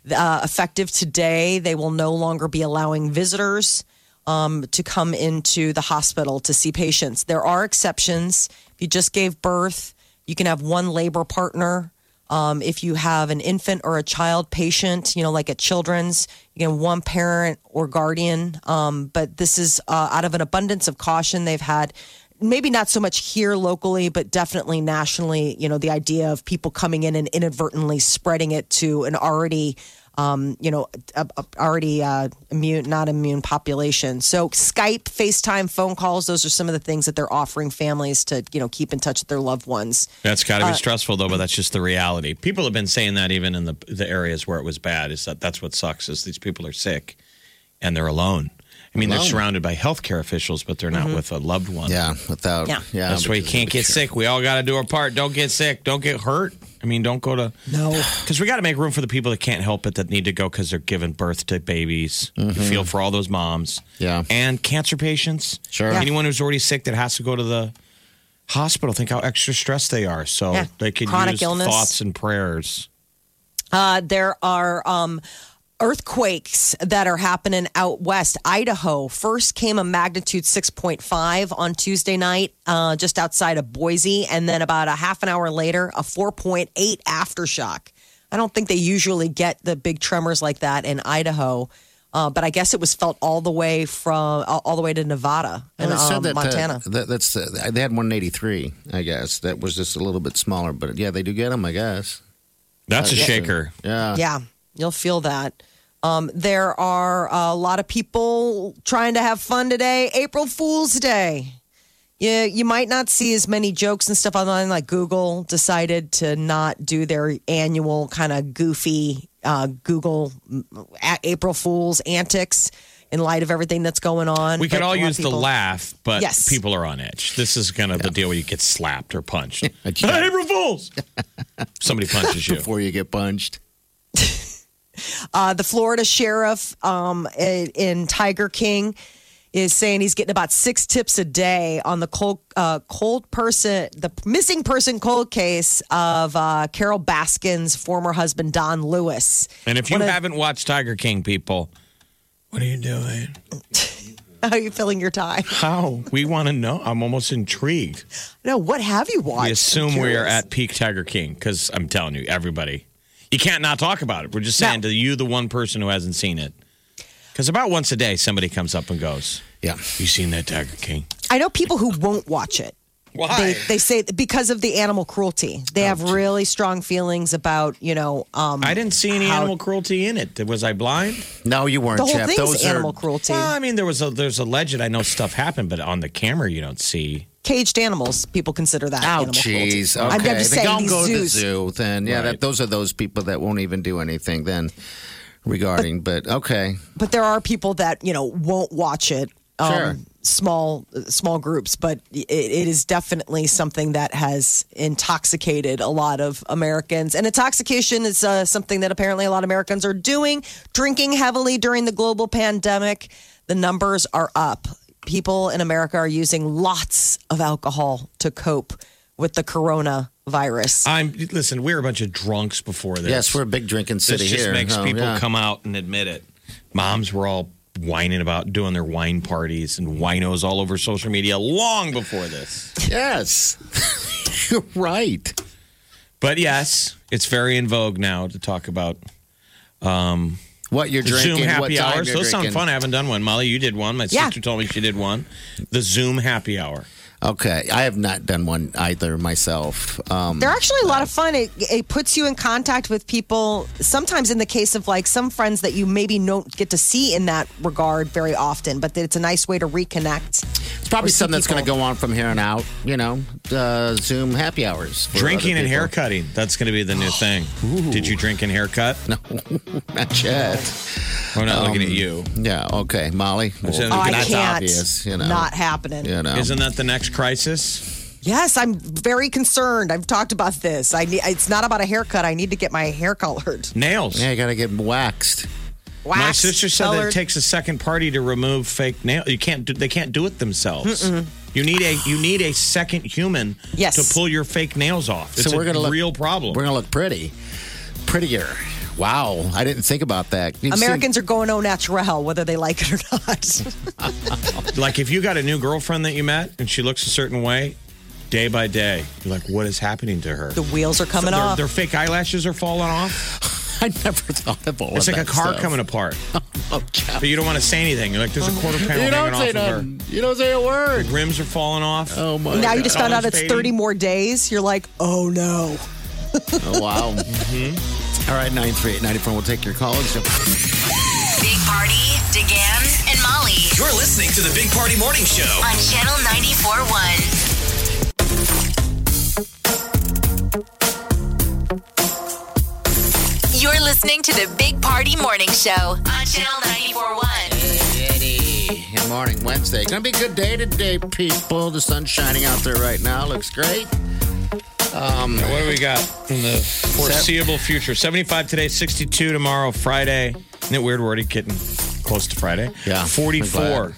S3: Uh, effective today, they will no longer be allowing visitors um, to come into the hospital to see patients. There are exceptions. If you just gave birth, you can have one labor partner. Um, if you have an infant or a child patient, you know, like at children's, you can have one parent or guardian. Um, but this is uh, out of an abundance of caution. They've had maybe not so much here locally, but definitely nationally, you know, the idea of people coming in and inadvertently spreading it to an already. Um, you know, a- a- already uh, immune, not immune population. So Skype, FaceTime, phone calls, those are some of the things that they're offering families to, you know, keep in touch with their loved ones.
S4: That's got to
S5: Uh,
S4: be stressful, though, but that's just the reality. People have been saying that even in the the areas where it was bad. Is that that's what sucks? Is these people are sick and they're alone. I mean, they're
S5: Alone. Mm-hmm.
S4: surrounded by healthcare officials, but they're not with a loved one.
S5: Yeah, without.
S3: Yeah.
S5: Yeah,
S4: that's why you can't get sick. We all got to do our part. Don't get sick. Don't get hurt. I mean, don't go to [SIGHS]
S3: No.
S4: because we got to make room for the people that can't help it that need to go because they're giving birth to babies. You feel for all those moms.
S5: Mm-hmm. Yeah.
S4: and cancer patients.
S5: Sure. Yeah.
S4: anyone who's already sick that has to go to the hospital. Think how extra stressed they are. So
S3: Yeah.
S4: they could
S3: Chronic
S4: use
S3: illness.
S4: thoughts and prayers.
S3: Uh, there are um, earthquakes that are happening out west. Idaho first came a magnitude 6.5 on Tuesday night, uh, just outside of Boise, and then about a half an hour later, a 4.8 aftershock. I don't think they usually get the big tremors like that in Idaho. Uh, but I guess it was felt all the way from all all the way to Nevada and
S5: Well, it said
S3: um,
S5: that, uh,
S3: Montana.
S5: that- that's uh, they had 183, I guess. That was just a little bit smaller, but yeah, they do get them, I guess.
S4: That's a shaker.
S5: Yeah.
S3: Yeah, you'll feel that. Um, there are a lot of people trying to have fun today. April Fool's Day. Yeah, you might not see as many jokes and stuff online. Like Google decided to not do their annual kind of goofy uh, Google mm, a- April Fool's antics in light of everything that's going on.
S4: We could
S3: But
S4: all
S3: a lot of
S4: use the
S3: people-
S4: laugh, but
S3: Yes.
S4: people are on edge. This is kind of the deal where you get slapped or punched.
S5: [LAUGHS] Yeah. [LAUGHS]
S4: April Fools! Somebody punches you.
S5: Before you get punched.
S3: Uh, the Florida sheriff um, in in Tiger King is saying he's getting about six tips a day on the cold, uh, cold person, the missing person cold case of uh, Carol Baskin's former husband Don Lewis. [LAUGHS]
S4: And if you
S3: One of-
S4: haven't watched Tiger King, people, what are you doing?
S3: How are you filling your time?
S4: How? We want to know. I'm almost intrigued.
S3: No, what have you watched?
S4: We assume
S3: I'm
S4: we are
S3: curious.
S4: at peak Tiger King because I'm telling you, everybody, you can't not talk about it. We're just saying
S3: No.
S4: to you, the one person who hasn't seen it, because about once a day somebody comes up and goes,
S5: Yeah.
S4: "You seen that Tiger King?"
S3: I know people who won't watch it. They, they say because of the animal cruelty. They have really strong feelings about you know. Um,
S4: I didn't see any
S3: How-
S4: animal cruelty in it. Was I blind?
S5: No, you weren't,
S3: the whole
S5: Jeff.
S3: thing
S5: Those
S3: is
S5: are
S3: animal cruelty.
S4: Well, I mean, there was a there's a legend. I know stuff happened, but on the camera you don't see.
S3: caged animals. People consider that.
S5: Oh,
S3: animal cruelty.
S5: jeez.
S3: I'm
S5: Okay.
S3: just
S5: They
S3: saying
S5: don't
S3: these
S5: go to the
S3: zoos.
S5: zoo. Then, yeah, that, those are those people that won't even do anything then regarding, but, okay.
S3: But there are people that you know won't watch it. Um,
S5: Sure.
S3: Small small groups, but it, it is definitely something that has intoxicated a lot of Americans. And intoxication is uh, something that apparently a lot of Americans are doing, drinking heavily during the global pandemic. The numbers are up. People in America are using lots of alcohol to cope with the coronavirus.
S4: I'm listen. We're a bunch of drunks before this.
S5: Yes, we're a big drinking
S4: This
S5: city
S4: just
S5: here.
S4: makes
S5: Oh,
S4: people
S5: yeah.
S4: come out and admit it. Moms were all whining about doing their wine parties and winos all over social media long before this.
S5: Yes. [LAUGHS] You're right.
S4: But yes, it's very in vogue now to talk about
S5: What you're drinking,
S4: Zoom
S5: what
S4: happy
S5: time
S4: hours.
S5: you're
S4: Those sound
S5: drinking.
S4: fun. I haven't done one. Molly, you did one. My
S3: Yeah.
S4: sister told me she did one. The Zoom happy hour.
S5: Okay, I have not done one either myself. Um,
S3: They're actually a lot of fun. It, it puts you in contact with people, sometimes in the case of like some friends that you maybe don't get to see in that regard very often, but it's a nice way to reconnect.
S5: it's probably
S3: see
S5: something that's going to
S3: people.
S5: go on from here on out. You know, uh, Zoom happy hours, for
S4: Drinking
S5: other
S4: and
S5: people.
S4: haircutting. That's going to be the
S5: [GASPS]
S4: new thing. Did you drink and haircut? No.
S5: [LAUGHS] Not yet.
S4: We're not looking
S5: Um,
S4: at you.
S5: Yeah. Okay, Molly.
S4: said-
S3: Oh,
S4: Look,
S3: I
S5: that's
S3: can't.
S5: obvious, you know.
S3: Not happening.
S5: you know.
S4: Isn't that the next crisis?
S3: Yes, I'm very concerned. I've talked about this. I need, it's not about a haircut. I need to get my hair colored.
S4: Nails.
S5: yeah, you got to get waxed.
S4: My
S3: Waxed,
S4: sister said that it
S3: colored.
S4: takes a second party to remove fake nail. You can't. Do, they can't do it themselves. You need a you need a second human
S3: Yes.
S4: to pull your fake nails off. It's
S5: So we're
S4: a
S5: gonna look-
S4: real problem.
S5: We're gonna look pretty, prettier. Wow, I didn't think about that. You've seen-
S3: Americans are going au naturel, whether they like it or not.
S4: like if you got a new girlfriend that you met and she looks a certain way, day by day, you're like, what is happening to her?
S3: the wheels are coming
S4: their,
S3: off.
S4: their fake eyelashes are falling off.
S5: [LAUGHS] I never thought of all
S4: It's
S5: of
S4: like a
S5: that
S4: car
S5: stuff.
S4: coming apart,
S5: Oh, God.
S4: [LAUGHS] but you don't want to say anything. You're like, there's a
S5: [LAUGHS]
S4: quarter panel
S5: You
S4: hanging
S5: don't
S4: off
S5: say
S4: of her.
S5: nothing. You don't say a word.
S4: Rims are falling off.
S5: Oh my!
S3: now [LAUGHS] you just found out
S4: Someone's
S3: it's
S4: fading.
S3: 30 more days. You're like, oh no.
S5: Oh, wow.
S4: Mm-hmm.
S5: All right, nine three eight ninety four. We'll take your call.
S2: Big Party, DeGan, and Molly
S1: You're listening to the Big Party Morning Show.
S2: on Channel 94.1. You're listening to the Big Party Morning Show on Channel 94.1.
S5: Good morning, Wednesday. Gonna be a good day today, people. The sun's shining out there right now. Looks great.
S4: What do we got in the foreseeable future? 75 today, 62 tomorrow, Friday. Isn't it weird? We're already getting close to Friday.
S5: Yeah, I'm
S4: 44.
S5: glad.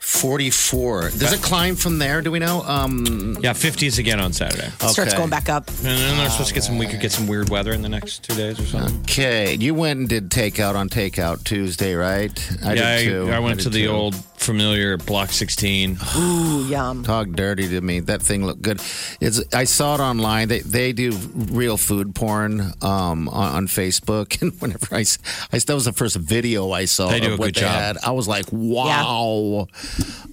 S5: Forty four. There's a climb from there. Do we know? Um,
S4: Yeah, 50s again on Saturday.
S3: It Starts
S5: Okay.
S3: going back up.
S4: And then they're supposed to get some, we could get some weird weather in the next two days or something.
S5: okay, you went and did takeout on takeout Tuesday, right? I
S4: yeah,
S5: did too.
S4: I, I went
S5: did
S4: to the
S5: too.
S4: old familiar Block 16.
S3: Ooh, yum.
S5: Talk dirty to me. That thing looked good. It's I saw it online. They they do real food porn um, on, on Facebook, [LAUGHS] and whenever I, s- I that was the first video I saw
S4: They do
S5: of
S4: a
S5: what
S4: good
S5: they
S4: job.
S5: had. I was like, wow,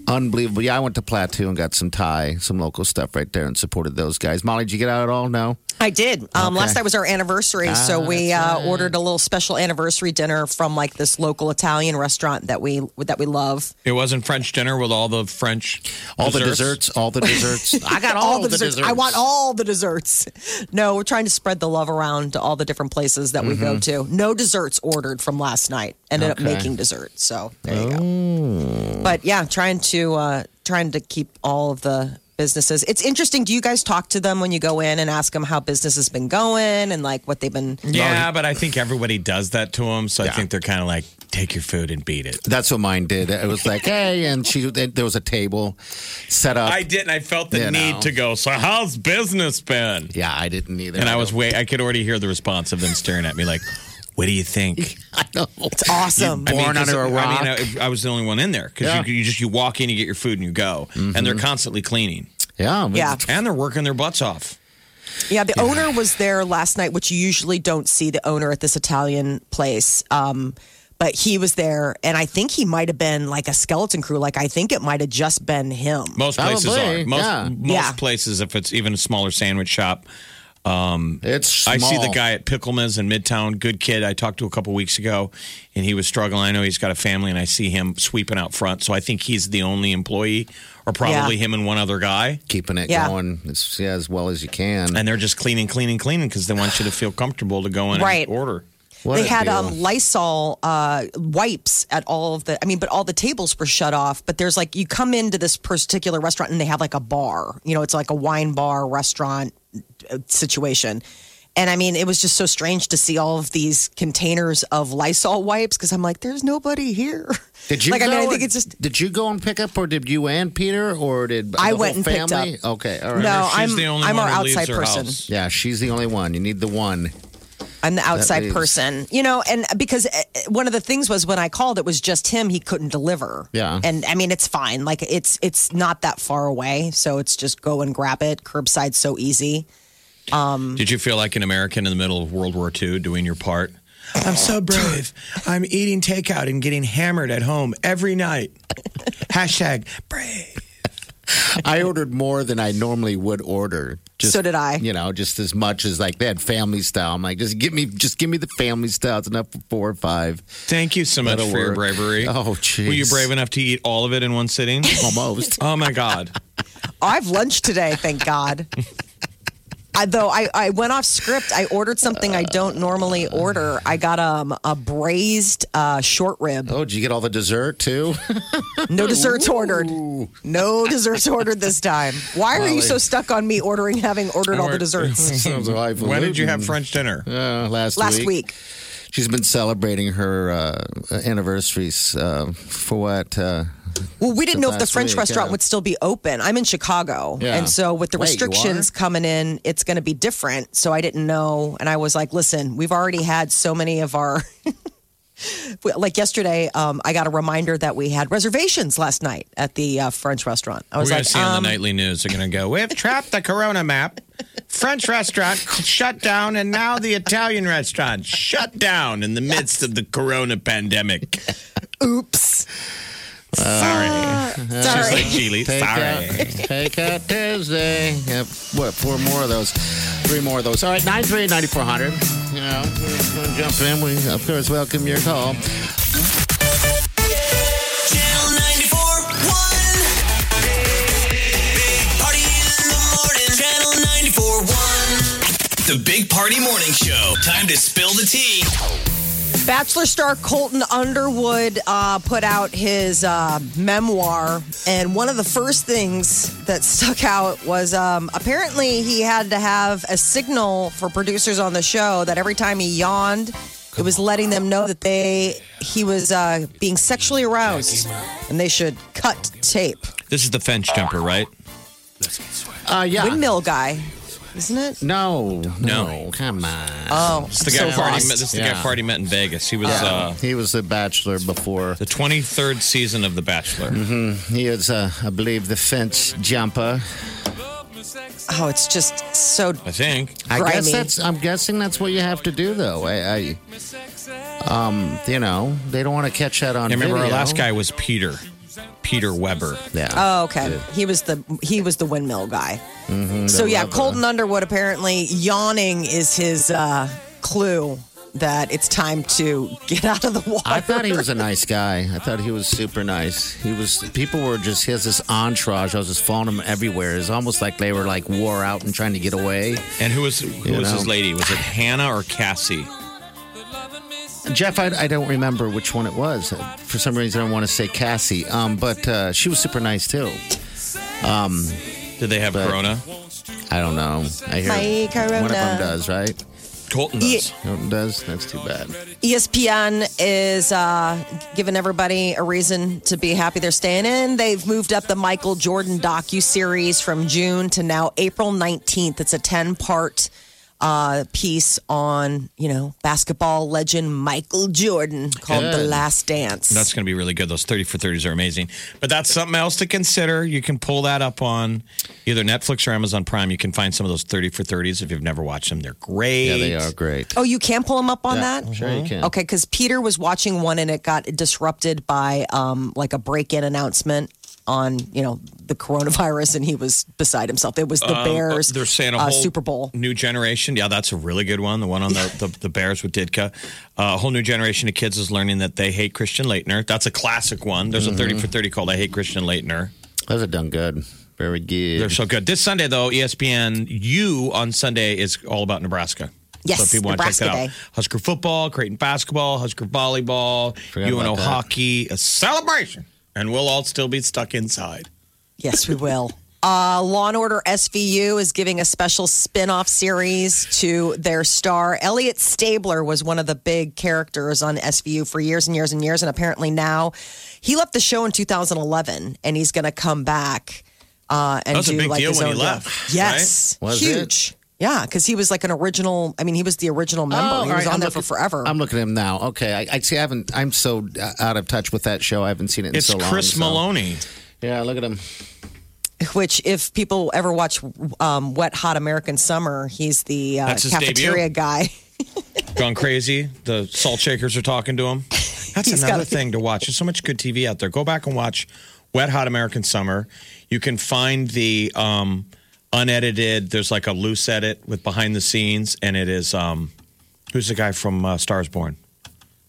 S5: unbelievable. Yeah, I went to Plateau and got some Thai, some local stuff right there, and supported those guys. Molly, did you get out at all? No.
S3: I did. Um, Last night was our anniversary, so
S5: Ah,
S3: we uh, ordered a little special anniversary dinner from like this local Italian restaurant that we that we love.
S4: It wasn't French dinner with all the French.
S5: All the desserts. All the desserts. [LAUGHS]
S3: [LAUGHS]
S5: I got all, the desserts.
S3: I want all the desserts. [LAUGHS] No, we're trying to spread the love around to all the different places that we go
S5: Mm-hmm.
S3: to. No desserts ordered from last night. Ended up making dessert. So there you
S5: Oh.
S3: go. But yeah, trying to uh, trying to keep all of the businesses. It's interesting. Do you guys talk to them when you go in and ask them how business has been going and like what they've been?
S4: Yeah, but I think everybody does that to them. So I think they're kind of like, take your food and beat it.
S5: That's what mine did. It was like, hey, and she there was a table set up.
S4: I didn't. I felt the
S5: You
S4: need
S5: know.
S4: to go. So how's business been?
S5: yeah, I didn't either.
S4: And I was wait. I could already hear the response of them staring at me, like, "What do you
S5: [LAUGHS]
S4: think?"
S5: [LAUGHS] I know.
S3: Awesome.
S5: You- Born
S4: 'cause,
S5: under a rock.
S4: I mean, I, I was the only one in there because
S5: Yeah. Mm-hmm.
S4: you, you just you walk in, you get your food, and you go. And they're constantly cleaning,
S5: Yeah. I mean,
S3: Yeah.
S4: and they're working their butts off.
S3: Yeah, the owner was there last night, which you usually don't see the owner at this Italian place. Um, but he was there, and I think he might have been like a skeleton crew. Like I think it might have just been him.
S4: Most places
S5: Probably,
S4: are. Most
S5: yeah.
S4: most
S3: Yeah.
S4: places, if it's even a smaller sandwich shop,
S5: It's small.
S4: I see the guy at Pickleman's in Midtown. Good kid. I talked to a couple weeks ago, and he was struggling. I know he's got a family, and I see him sweeping out front. So I think he's the only employee, or probably
S3: Yeah.
S4: him and one other guy.
S5: keeping it
S3: Yeah.
S5: going as, yeah, as well as you can.
S4: And they're just cleaning, cleaning, cleaning because they want you to feel comfortable to go in
S3: Right.
S4: and order.
S5: What
S3: they
S5: a
S3: had
S5: deal.
S3: um, Lysol uh, wipes at all of the. I mean, but all the tables were shut off. But there's like you come into this particular restaurant and they have like a bar. You know, it's like a wine bar restaurant uh, situation. And I mean, it was just so strange to see all of these containers of Lysol wipes because I'm like, there's nobody here.
S5: Did you
S3: like? I mean, I
S5: go
S3: think it's
S5: and-
S3: just.
S5: Did you go and pick up, or did you and Peter, or did
S3: I
S5: the
S3: went and
S5: whole
S3: picked
S5: family?
S3: up.
S5: Okay, all right.
S3: No,
S4: She's
S3: Oh, I'm-
S4: the only
S3: I'm
S4: one
S3: our
S4: who leaves
S3: outside
S4: her
S3: person.
S4: house.
S5: Yeah, she's the only one. You need the one.
S3: I'm the outside
S5: leaves-
S3: person, you know, and because uh, one of the things was when I called, it was just him. He couldn't deliver.
S5: Yeah.
S3: and I mean, it's fine. Like it's it's not that far away, so it's just go and grab it. Curbside's so easy.
S4: Did you feel like an American in the middle of World War II doing your part? I'm so brave. I'm eating takeout and getting hammered at home every
S3: [LAUGHS]
S4: night. Hashtag brave.
S5: I ordered more than I normally would order. Just,
S3: So did I.
S5: You know, just as much as like they had family style. I'm like, just give me, just give me the family style. It's enough for four or five,
S4: Thank you so much
S5: That'll
S4: for your
S5: work.
S4: bravery.
S5: Oh, jeez.
S4: Were you brave enough to eat all of it in one
S5: [LAUGHS]
S4: sitting?
S3: [LAUGHS]
S5: almost.
S4: oh my God.
S3: I've lunch today, thank God. I, though I, I went off script. I ordered something I don't normally order. I got um, a braised uh, short rib.
S5: oh, did you get all the dessert too? [LAUGHS]
S3: No desserts ordered. No desserts ordered this time. Why are you so stuck on me ordering, having ordered all the desserts?
S5: Sounds highfalutin.
S4: When did you have French dinner?
S5: Uh, last
S3: Last week.
S5: She's been celebrating her uh, anniversaries uh, for what? Uh,
S3: Well, we didn't know if the
S5: Last
S3: French
S5: week,
S3: restaurant
S5: yeah.
S3: would still be open. I'm in Chicago.
S5: Yeah.
S3: And so with the
S5: Wait, you
S3: restrictions
S5: are?
S3: coming in, it's going to be different. So I didn't know. And I was like, listen, we've already had so many of our. [LAUGHS] we- like yesterday, um, I got a reminder that we had reservations last night at the uh, French restaurant. I
S4: We're
S3: was
S4: going
S3: like,
S4: to see on
S3: um,
S4: the nightly news. They're going to go, We've trapped the Corona map. French restaurant shut down, and now the Italian restaurant shut down in the midst of the Corona pandemic.
S3: oops. Sorry.
S4: Just
S3: Sorry.
S4: like Geely.
S5: Take
S4: Sorry.
S5: out, take out Tuesday. Yep. What? Four more of those. Three more of those. All right. Nine three ninety four hundred. You know, we're gonna jump in. We of course welcome your call.
S1: Channel 94.1. Big Party in the morning. Channel 94.1. The Big Party Morning Show. Time to spill the tea.
S3: Bachelor star Colton Underwood uh, put out his uh, memoir, and one of the first things that stuck out was um, apparently he had to have a signal for producers on the show that every time he yawned, it was letting them know that they he was uh, being sexually aroused, and they should cut tape.
S4: This is the fence jumper, right?
S5: Uh, yeah.
S3: Windmill guy, isn't it?
S5: No, no.
S4: No.
S5: Come on.
S3: Oh,
S4: It's the
S3: so
S4: guy Party
S3: lost.
S4: met, this is the
S5: Yeah.
S4: guy Party met in Vegas. He was uh,
S5: he was the bachelor before.
S4: the 23rd season of The Bachelor.
S5: He is, uh, I believe, the fence jumper.
S3: Oh, it's just so
S4: I think.
S5: I
S3: Grimy.
S5: guess that's. I'm guessing that's what you have to do, though. I, I um, you know, they don't want to catch that on.
S4: I remember our
S5: video.
S4: last guy was Peter. Peter Weber.
S5: Yeah. Mm-hmm.
S3: Oh, okay. He was the he was the windmill guy. so yeah, Colton Underwood apparently yawning is his uh, clue that it's time to get out of the water.
S5: I thought he was a nice guy. I thought he was super nice. He was. People were just. He has this entourage. I was just following him everywhere. It's almost like they were like wore out and trying to get away.
S4: And who was who
S5: You
S4: was his
S5: know.
S4: lady? Was it Hannah or Cassie?
S5: Jeff, I, I don't remember which one it was. For some reason, I want to say Cassie. Um, but uh, she was super nice too.
S4: Did they have
S5: But-
S4: Corona?
S5: I don't know. I hear
S3: My
S5: one of
S3: corona.
S5: them does, right?
S4: Colton does.
S5: One of them does. That's too bad.
S3: E ESPN is uh, giving everybody a reason to be happy they're staying in. They've moved up the Michael Jordan docu series from June to now April 19th. It's a 10 part uh, piece on, you know, basketball legend Michael Jordan called The
S5: Good.
S3: Last Dance.
S4: That's going to be really good. Those 30 for 30s are amazing. But that's something else to consider. You can pull that up on either Netflix or Amazon Prime. You can find some of those 30 for 30s if you've never watched them. They're great. Uh,
S5: Yeah, they are great.
S3: Oh, you can pull them up on
S5: Yeah,
S3: that?
S5: sure
S4: Mm-hmm.
S5: you can.
S3: Okay, because Peter was watching one and it got disrupted by um, like a break in announcement on, you know, the coronavirus and he was beside himself. It was the Bears
S4: Um, They're saying a
S3: uh,
S4: whole
S3: Super Bowl.
S4: new generation. Yeah, that's a really good one. The one on the, the, the Bears with Ditka. Uh, a whole new generation of kids is learning that they hate Christian Leitner. That's a classic one.
S5: Mm-hmm.
S4: There's a 30 for 30 called I Hate Christian Leitner.
S5: Those are done good. Very good.
S4: They're so good. This Sunday, though, E ESPN U on Sunday is all about Nebraska.
S3: Yes,
S4: so if people want to check
S3: Nebraska
S4: that out.
S3: Day.
S4: Husker football, Creighton basketball, Husker volleyball,
S5: Forgot
S4: UNO
S5: about that.
S4: hockey, a celebration, and we'll all still be stuck inside.
S3: Yes, we will. Uh, Law and Order SVU is giving a special spin off series to their star. Elliot Stabler was one of the big characters on SVU for years and years and years. And apparently now he left the show in 2011 and he's going to come back uh, and
S4: That was a
S3: do
S4: big
S3: like
S4: deal
S3: his
S4: when
S3: own
S4: he
S3: deal.
S4: left,
S3: Yes.
S5: right? Was it?
S3: Huge. Yeah, because he was like an original. I mean, he was the original member.
S5: all
S3: he was
S5: Oh, right,
S3: on
S5: I'm
S3: there
S5: looking-
S3: for forever.
S5: I'm looking at him now. Okay, I, I see. I haven't. I'm so uh, out of touch with that show. I haven't seen it in
S4: It's
S5: so long.
S4: Chris
S5: so-
S4: Maloney.
S5: Yeah, look at him.
S3: which if people ever watch um, Wet Hot American Summer, he's the uh,
S4: That's his
S3: cafeteria guy.
S4: Gone crazy. The salt shakers are talking to him. That's
S3: He's
S4: another
S3: got-
S4: thing to watch. There's so much good TV out there. Go back and watch Wet Hot American Summer. You can find the um, unedited. There's like a loose edit with behind the scenes, and it is um, who's the guy from uh, Stars Born,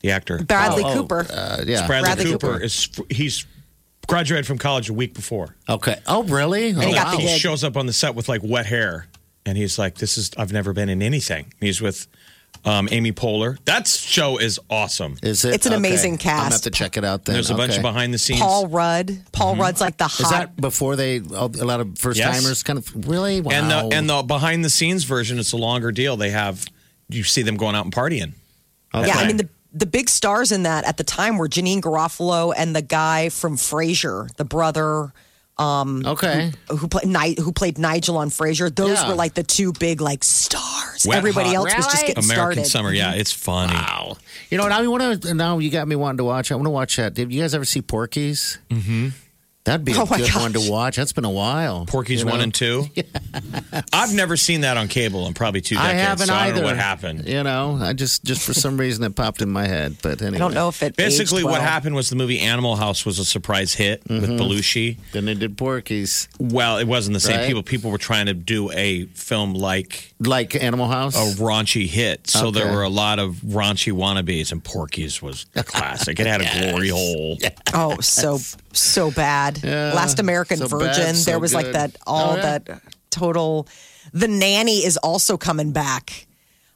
S4: the actor
S3: Bradley Cooper.
S5: Uh, yeah,
S4: Oh, Bradley,
S3: Bradley
S4: Cooper,
S3: Cooper.
S4: is he's graduated from college a week before.
S5: Okay. Oh, really? And
S3: he got the
S4: He
S3: gig.
S4: shows up on the set with like wet hair, and he's like, "This is I've never been in anything." And he's with um, Amy Poehler. That show is awesome.
S5: Is it?
S3: It's an
S5: Okay.
S3: amazing
S5: I'm gonna have
S3: cast.
S5: to check it out then.
S4: There's a bunch
S5: Okay.
S4: of behind the scenes.
S3: Paul Rudd. Paul
S4: Mm-hmm.
S3: Rudd's like the
S5: Is
S3: hot.
S5: that before they a lot of first
S4: Yes.
S5: timers kind of really? Wow.
S4: And the and the behind the scenes version, it's a longer deal. They have you see them going out and partying.
S3: yeah, I
S4: Okay.
S3: mean the the big stars in that at the time were Janine Garofalo and the guy from Frasier, the brother. Um,
S5: Okay.
S3: who, who played Ni- who played Nigel on Frasier? Those
S5: Yeah.
S3: were like the two big like stars.
S4: Wet
S3: Everybody
S4: Hot
S3: else was just getting
S4: American
S3: started.
S4: Summer. Yeah, it's funny.
S5: Mm-hmm. Wow. You know, what I want to. Now you got me wanting to watch. I want to watch that. Did you guys ever see Porky's? Mm-hmm. That'd be a
S3: Oh my
S5: good
S3: gosh.
S5: one to watch. That's been a while.
S4: Porky's
S5: you know?
S4: one
S5: [LAUGHS]
S4: and two. I've never seen that on cable in probably two
S5: I
S4: decades.
S5: haven't
S4: so I
S5: either.
S4: don't know what happened.
S5: You know, I just just for some reason it popped in my head. But anyway,
S3: I don't know if it
S4: Basically,
S3: aged
S4: what
S3: well.
S4: happened was the movie Animal House was a surprise hit with
S5: Mm-hmm.
S4: Belushi.
S5: Then they did Porky's,
S4: Well, it wasn't the same
S5: Right.
S4: people. People were trying to do a film like
S5: like Animal House.
S4: a raunchy hit. So there
S5: Okay.
S4: were a lot of raunchy wannabes, and
S5: [LAUGHS]
S4: Porky's was the classic. It had a glory hole.
S3: Oh, so so bad.
S5: Yeah,
S3: Last American
S5: so bad,
S3: Virgin.
S5: so
S3: there was like
S5: good.
S3: that all
S5: Oh, yeah.
S3: that total. The nanny is also coming back.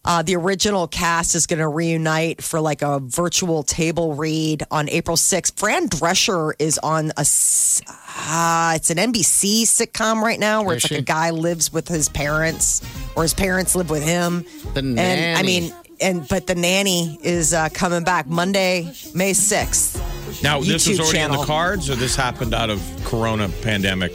S3: Uh, the original cast is going to reunite for like a virtual table read on April 6th. Fran Drescher is on a s- uh, it's an NBC sitcom right now where
S5: Is
S3: it's like
S5: she?
S3: a guy lives with his parents or his parents live with him.
S5: The
S3: And I
S5: nanny.
S3: mean, and but the nanny is uh, coming back Monday, May 6th.
S4: Now, this was
S3: YouTube
S4: already in
S3: channel.
S4: the cards, or this happened out of Corona pandemic,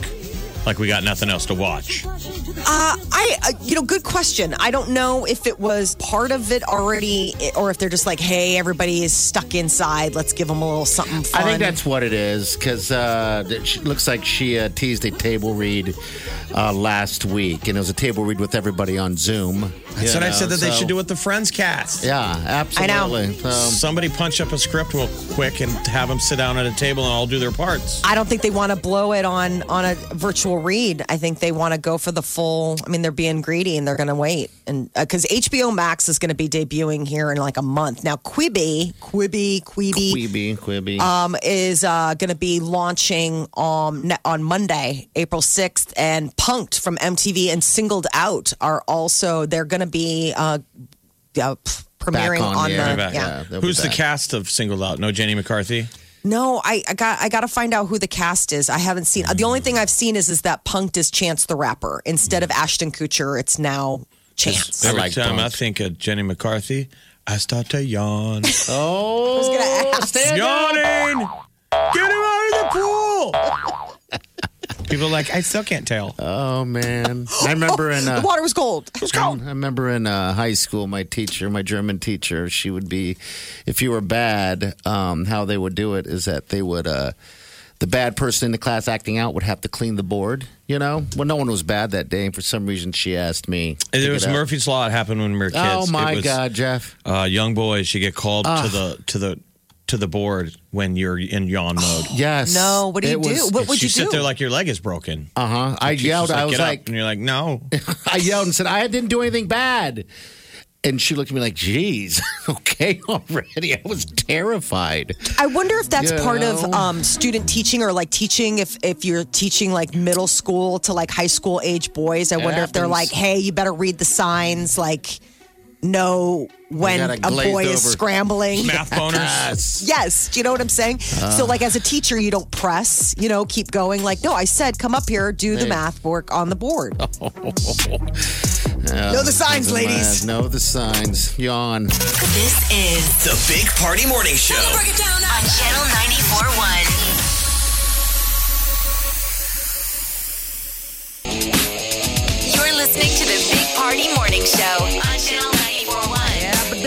S4: like we got nothing else to watch.
S3: Uh, I, uh, you know, good question. I don't know if it was part of it already, or if they're just like, "Hey, everybody is stuck inside. Let's give them a little something fun."
S5: I think that's what it is because uh, it sh- looks like she uh, teased a table read uh, last week, and it was a table read with everybody on Zoom.
S4: That's
S5: you
S4: what I
S5: know,
S4: said that they
S5: so-
S4: should do with the Friends cast.
S5: Yeah, absolutely. So,
S4: Somebody punch up a script real quick and have them sit down at a table and all do their parts.
S3: I don't think they want to blow it on on a virtual read. I think they want to go for the full. I mean, they're being greedy and they're going to wait, and uh, because HBO Max is going to be debuting here in like a month. Now, Quibi, Quibi, Quibi,
S5: Quibby, Quibby.
S3: um, is uh, going to be launching um, ne- on Monday, April 6th. And Punked from MTV and Singled Out are also, they're going to be uh, uh, p- premiering
S5: Back on
S3: on,
S5: the
S3: the.
S5: air.
S4: They're back.
S5: Yeah,
S3: yeah.
S5: they'll be
S4: Who's the
S5: back.
S4: cast of Singled Out? No Jenny McCarthy?
S3: No, I, I got I got to find out who the cast is. I haven't seen. The only thing I've seen is is that Punked is Chance the Rapper instead of Ashton Kutcher. It's now Chance.
S4: Every
S5: like
S4: time I
S5: Bronx.
S4: think of Jenny McCarthy, I start to yawn.
S5: oh,
S3: gonna ask.
S5: stand up.
S4: Yawning! Get him out of the pool! People are like, I still can't tell.
S5: Oh man, I
S3: [GASPS]
S5: remember in uh,
S3: the water was cold.
S5: I remember in uh, high school, my teacher, my German teacher, she would be, if you were bad, um, how they would do it is that they would, uh, the bad person in the class acting out would have to clean the board, you know? Well, no one was bad that day. And for some reason, she asked me. to
S4: It
S5: get
S4: was
S5: up.
S4: Murphy's Law. It happened when we were kids.
S5: Oh, my
S4: It was,
S5: God, Jeff.
S4: Uh, young boys, you get called to the to the to the board when you're in yawn mode.
S5: Yes.
S3: No, what do you
S5: It
S3: do?
S5: was-
S3: What would
S4: you
S3: you,
S4: sit
S3: do?
S4: there like your leg is broken.
S5: uh-huh. I yelled.
S4: She's
S5: I
S4: "Get
S5: was
S4: up."
S5: like,
S4: and you're like, no.
S5: I yelled and said, I didn't do anything bad. And she looked at me like, geez, [LAUGHS] okay, already. I was terrified.
S3: I wonder if that's
S5: You
S3: part of
S5: know?
S3: um, student teaching or like teaching. If if you're teaching like middle school to like high school age boys, I
S5: It
S3: wonder if they're like,
S5: happens.
S3: hey, you better read the signs. Like, know when
S5: gotta
S3: a boy
S5: glaze
S3: is
S5: over.
S3: scrambling.
S4: Math boners.
S5: Yes.
S3: Yes, do you know what I'm saying? so, like as a teacher, you don't press. You know, keep going. Like, no, I said, come up here, do the math work on the
S5: [LAUGHS]
S3: board.
S5: Oh.
S3: know the signs, ladies.
S5: Know the signs. Yawn.
S2: This is
S1: The Big Party Morning Show.
S2: on Channel 94.1. You're listening to the Big Party Morning Show on Channel 94.1.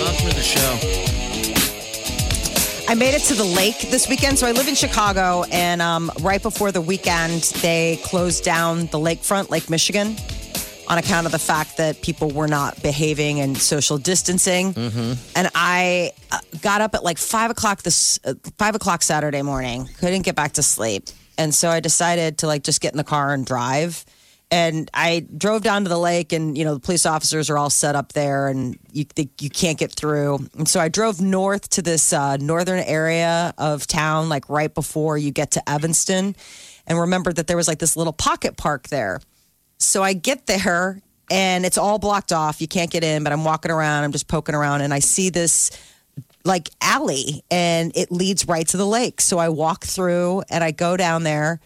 S5: Welcome to the show.
S3: I made it to the lake this weekend. So I live in Chicago, and um, right before the weekend, they closed down the lakefront, Lake Michigan, on account of the fact that people were not behaving and social distancing. And I uh, got up at like five o'clock this uh, five o'clock Saturday morning. Couldn't get back to sleep, and so I decided to like just get in the car and drive. And I drove down to the lake, and you know the police officers are all set up there, and you they, you can't get through. And so I drove north to this uh, northern area of town, like right before you get to Evanston, and remembered that there was like this little pocket park there. So I get there and it's all blocked off. You can't get in, but I'm walking around, I'm just poking around, and I see this like alley and it leads right to the lake. So I walk through and I go down there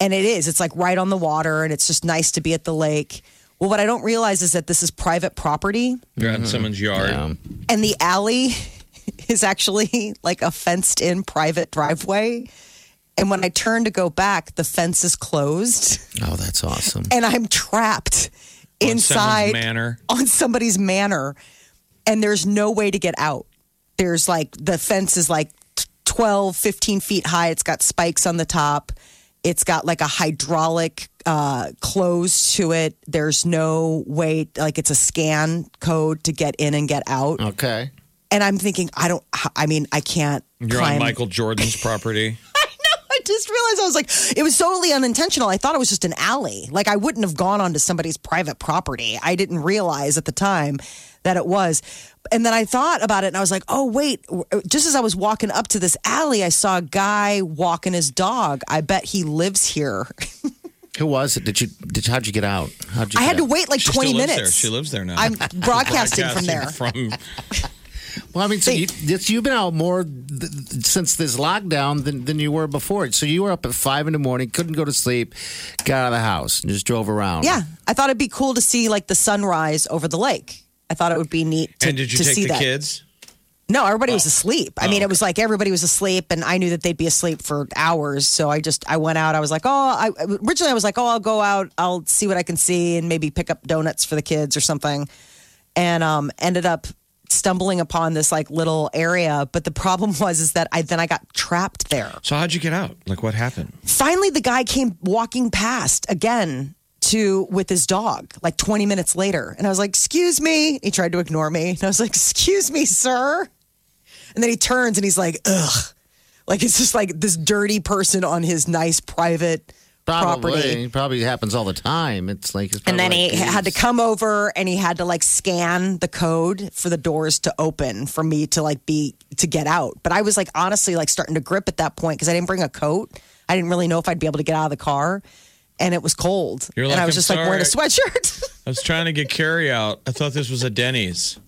S3: and it is, it's like right on the water and it's just nice to be at the lake. Well, what I don't realize is that this is private property
S4: You're out in someone's yard.
S3: and the alley [LAUGHS] is actually like a fenced in private driveway. And when I turn to go back, the fence is closed
S5: Oh, that's awesome.
S3: and I'm trapped
S4: On someone's
S3: inside
S4: manor.
S3: on somebody's manor and there's no way to get out. There's like the fence is like 12, 15 feet high. It's got spikes on the top. It's got like a hydraulic uh, close to it. There's no way, like it's a scan code to get in and get out.
S4: Oh.
S5: Okay.
S3: And I'm thinking, I don't, I mean, I can't
S4: You're
S3: climb.
S4: on Michael Jordan's property.
S3: I know. I just realized I was like, it was totally unintentional. I thought it was just an alley. Like I wouldn't have gone onto somebody's private property. I didn't realize at the time that it was. And then I thought about it and I was like, oh, wait. Just as I was walking up to this alley, I saw a guy walking his dog. I bet he lives here. [LAUGHS]
S5: Who was it? Did you? Did how'd you get out? How'd you?
S3: I
S5: get
S3: had to
S5: out?
S3: wait like
S4: She
S3: 20
S4: still lives
S3: minutes.
S4: there. She lives there now. [LAUGHS]
S3: I'm broadcasting from there.
S4: From
S5: Well, I mean, so you,
S3: Think.
S5: this- you've been out more th- since this lockdown than, than you were before. So you were up at five in the morning, couldn't go to sleep, got out of the house, and just drove around.
S3: yeah. I thought it'd be cool to see like the sunrise over the lake. I thought it would be neat [LAUGHS] to,
S4: and did you
S3: to
S4: take
S3: see
S4: the
S3: that.
S4: kids?
S3: No, everybody was asleep. I mean, it was like everybody was asleep, and I knew that they'd be asleep for hours. So I just I went out. I was like, oh, I originally I was like, oh, I'll go out, I'll see what I can see, and maybe pick up donuts for the kids or something. And um, ended up stumbling upon this like little area. But the problem [LAUGHS] was is that I then I got trapped there.
S4: So how'd you get out? Like what happened?
S3: Finally, the guy came walking past again to with his dog like 20 minutes later and i was like excuse me he tried to ignore me and i was like excuse me sir and then he turns and he's like ugh like it's just like this dirty person on his nice private
S5: probably
S3: property
S5: probably happens all the time. It's like, it's
S3: and then
S5: probably
S3: he
S5: like,
S3: had to come over and he had to like scan the code for the doors to open for me to like be to get out. But I was like honestly like starting to grip at that point because I didn't bring a coat. I didn't really know if I'd be able to get out of the car and it was cold.
S4: You're
S3: and
S4: like,
S3: I was
S4: "I'm
S3: just like wearing a
S4: sorry."
S3: sweatshirt. [LAUGHS]
S4: I was trying to get carry out. I thought this was a Denny's.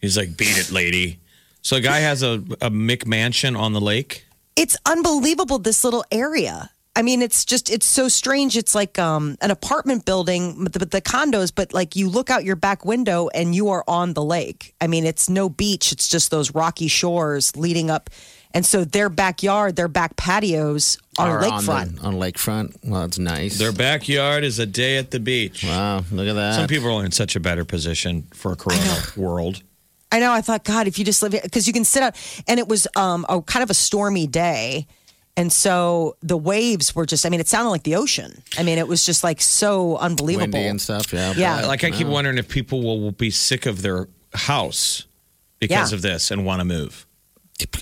S4: He's like, beat it, lady. So a guy has a, a McMansion on the lake.
S3: it's unbelievable this little area i mean it's just it's so strange it's like um an apartment building but the, but the condos but like you look out your back window and you are on the lake i mean it's no beach it's just those rocky shores leading up and so their backyard their back patios are,
S5: are
S3: lakefront
S5: On, the, on lakefront. Well, that's nice.
S4: Their backyard is a day at the beach.
S5: wow, look at that.
S4: Some people are in such a better position for a corona world.
S3: I know. I thought, God, if you just live here, because you can sit out, and it was um, a kind of a stormy day, and so the waves were just. I mean, it sounded like the ocean. I mean, it was just like so unbelievable.
S5: windy and stuff. Yeah.
S3: Yeah.
S4: Like I keep wondering if people will, will be sick of their house because
S3: Yeah.
S4: of this and want to move.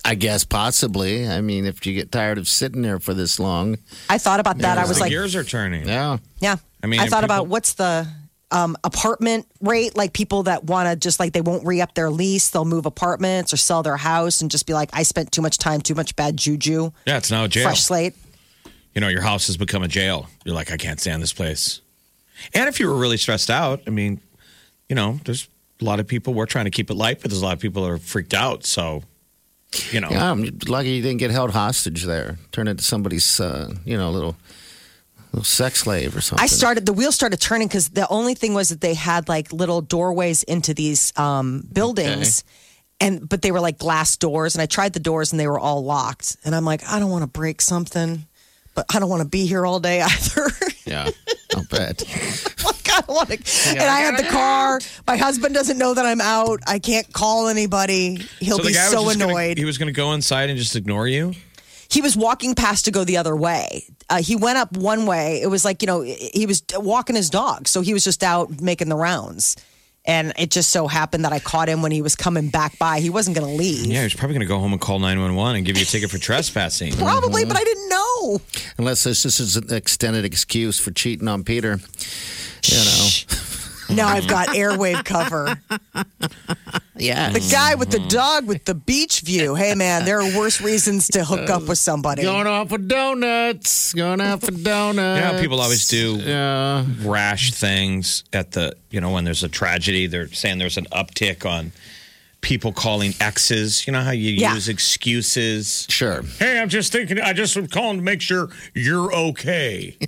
S5: I guess possibly. I mean, if you get tired of sitting there for this long,
S3: I thought about that. I was
S4: the
S3: like,
S4: gears are turning.
S5: yeah.
S3: yeah.
S4: I mean,
S3: I thought
S4: people-
S3: about what's the um, apartment rate, like people that want to just like they won't re up their lease, they'll move apartments or sell their house and just be like, I spent too much time, too much bad juju,
S4: Yeah, it's now a jail.
S3: fresh slate.
S4: you know, your house has become a jail. You're like, I can't stand this place. And if you were really stressed out, I mean, you know, there's a lot of people, we're trying to keep it light, but there's a lot of people that are freaked out. So, you know,
S5: Yeah, I'm lucky you didn't get held hostage there. Turn into somebody's, uh, you know, little little sex slave or something.
S3: I started the wheel started turning because the only thing was that they had like little doorways into these um, buildings, and but they were like glass doors. And I tried the doors, and they were all locked. And I'm like, I don't want to break something, but I don't want to be here all day [LAUGHS] either.
S5: Yeah, I'll bet.
S3: [LAUGHS] like I want to, and I had the car. My husband doesn't know that I'm out. I can't call anybody. He'll be
S4: was
S3: so
S4: just gonna-
S3: annoyed.
S4: he was going to go inside and just ignore you.
S3: he was walking past to go the other way. Uh, he went up one way. It was like, you know, he was walking his dog. So he was just out making the rounds. And it just so happened that I caught him when he was coming back by. He wasn't going to leave.
S4: Yeah, he was probably going to go home and call 911 and give you a ticket for trespassing.
S3: Probably, but I didn't know.
S5: Unless this, this is an extended excuse for cheating on Peter. You know.
S3: Now I've got airwave cover.
S5: Yeah.
S3: The guy with the dog with the beach view. Hey, man, there are worse reasons to hook up with somebody.
S5: Going out for donuts. Going out for donuts.
S4: You know how people always do
S5: Yeah.
S4: rash things at the, you know, when there's a tragedy, they're saying there's an uptick on people calling exes. You know how you
S3: Yeah.
S4: use excuses.
S5: Sure.
S4: Hey, I'm just thinking. I just was calling to make sure you're okay.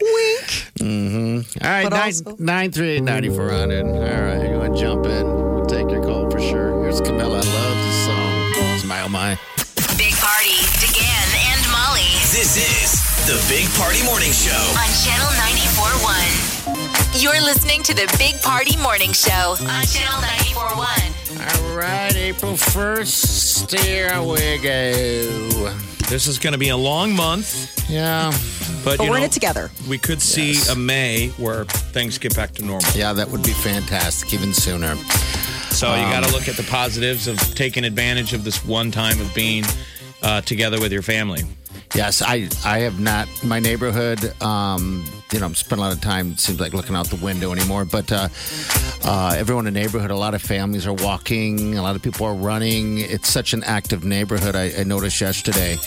S3: Wink.
S5: Mm-hmm. All right,
S3: But
S5: nine
S3: also-
S5: nine three eight ninety four hundred. All right, you want to jump in? We'll take your call for sure. Here's Camilla. I love this song. Smile, my.
S2: Big Party, DeGan and Molly
S1: This is the Big Party Morning Show.
S2: on Channel 94.1. You're listening to the Big Party Morning Show on Channel 94.1.
S5: All right, April first. Here we go.
S4: This is going to be a long month,
S5: Yeah,
S4: but,
S3: But
S4: you
S3: we're in
S4: know,
S3: it together.
S4: we could see a May where things get back to normal.
S5: yeah, that would be fantastic. Even sooner.
S4: So you got to look at the positives of taking advantage of this one time of being uh, together with your family.
S5: Yes, I I have not my neighborhood. Um, you know, I'm spending a lot of time. It seems like looking out the window anymore. But uh, uh, everyone in the neighborhood, a lot of families are walking. A lot of people are running. It's such an active neighborhood. I, I noticed yesterday.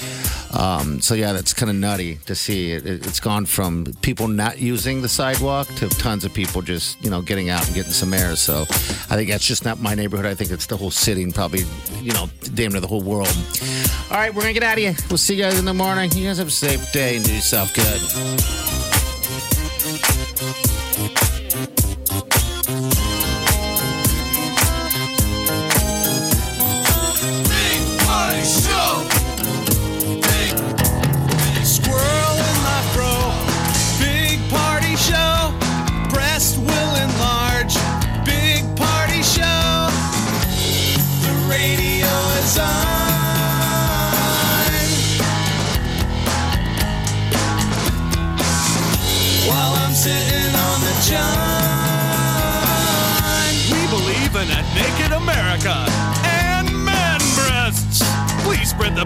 S5: Um, so yeah, that's kind of nutty to see. It, it, it's gone from people not using the sidewalk to tons of people just you know getting out and getting some air. So I think that's just not my neighborhood. I think it's the whole city and probably you know damn near the whole world. All right, we're gonna get out of here. We'll see you guys in the morning. You guys have a safe day and do yourself good.
S1: Squirrel in my fro. Big party show. Breast will enlarge. Big party show. The radio is on. While I'm sitting on the john. We believe in a naked America and man breasts. Please spread the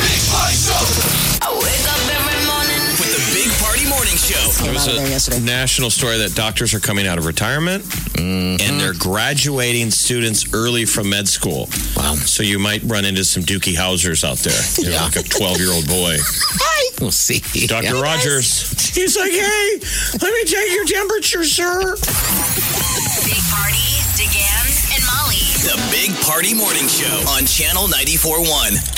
S1: Big party show.
S2: I wake up every morning.
S1: With the Big Party Morning Show.
S3: Came out of there
S4: It's a
S3: yesterday.
S4: national story that doctors are coming out of retirement and they're graduating students early from med school. Wow. So you might run into some Dookie Housers out there. You know, like a 12 year old boy.
S5: Hi. We'll see.
S4: Dr. Rogers. He's like, hey, let me take your temperature, sir.
S2: Big Party, DeGan and Molly.
S1: The Big Party Morning Show on Channel 94.1.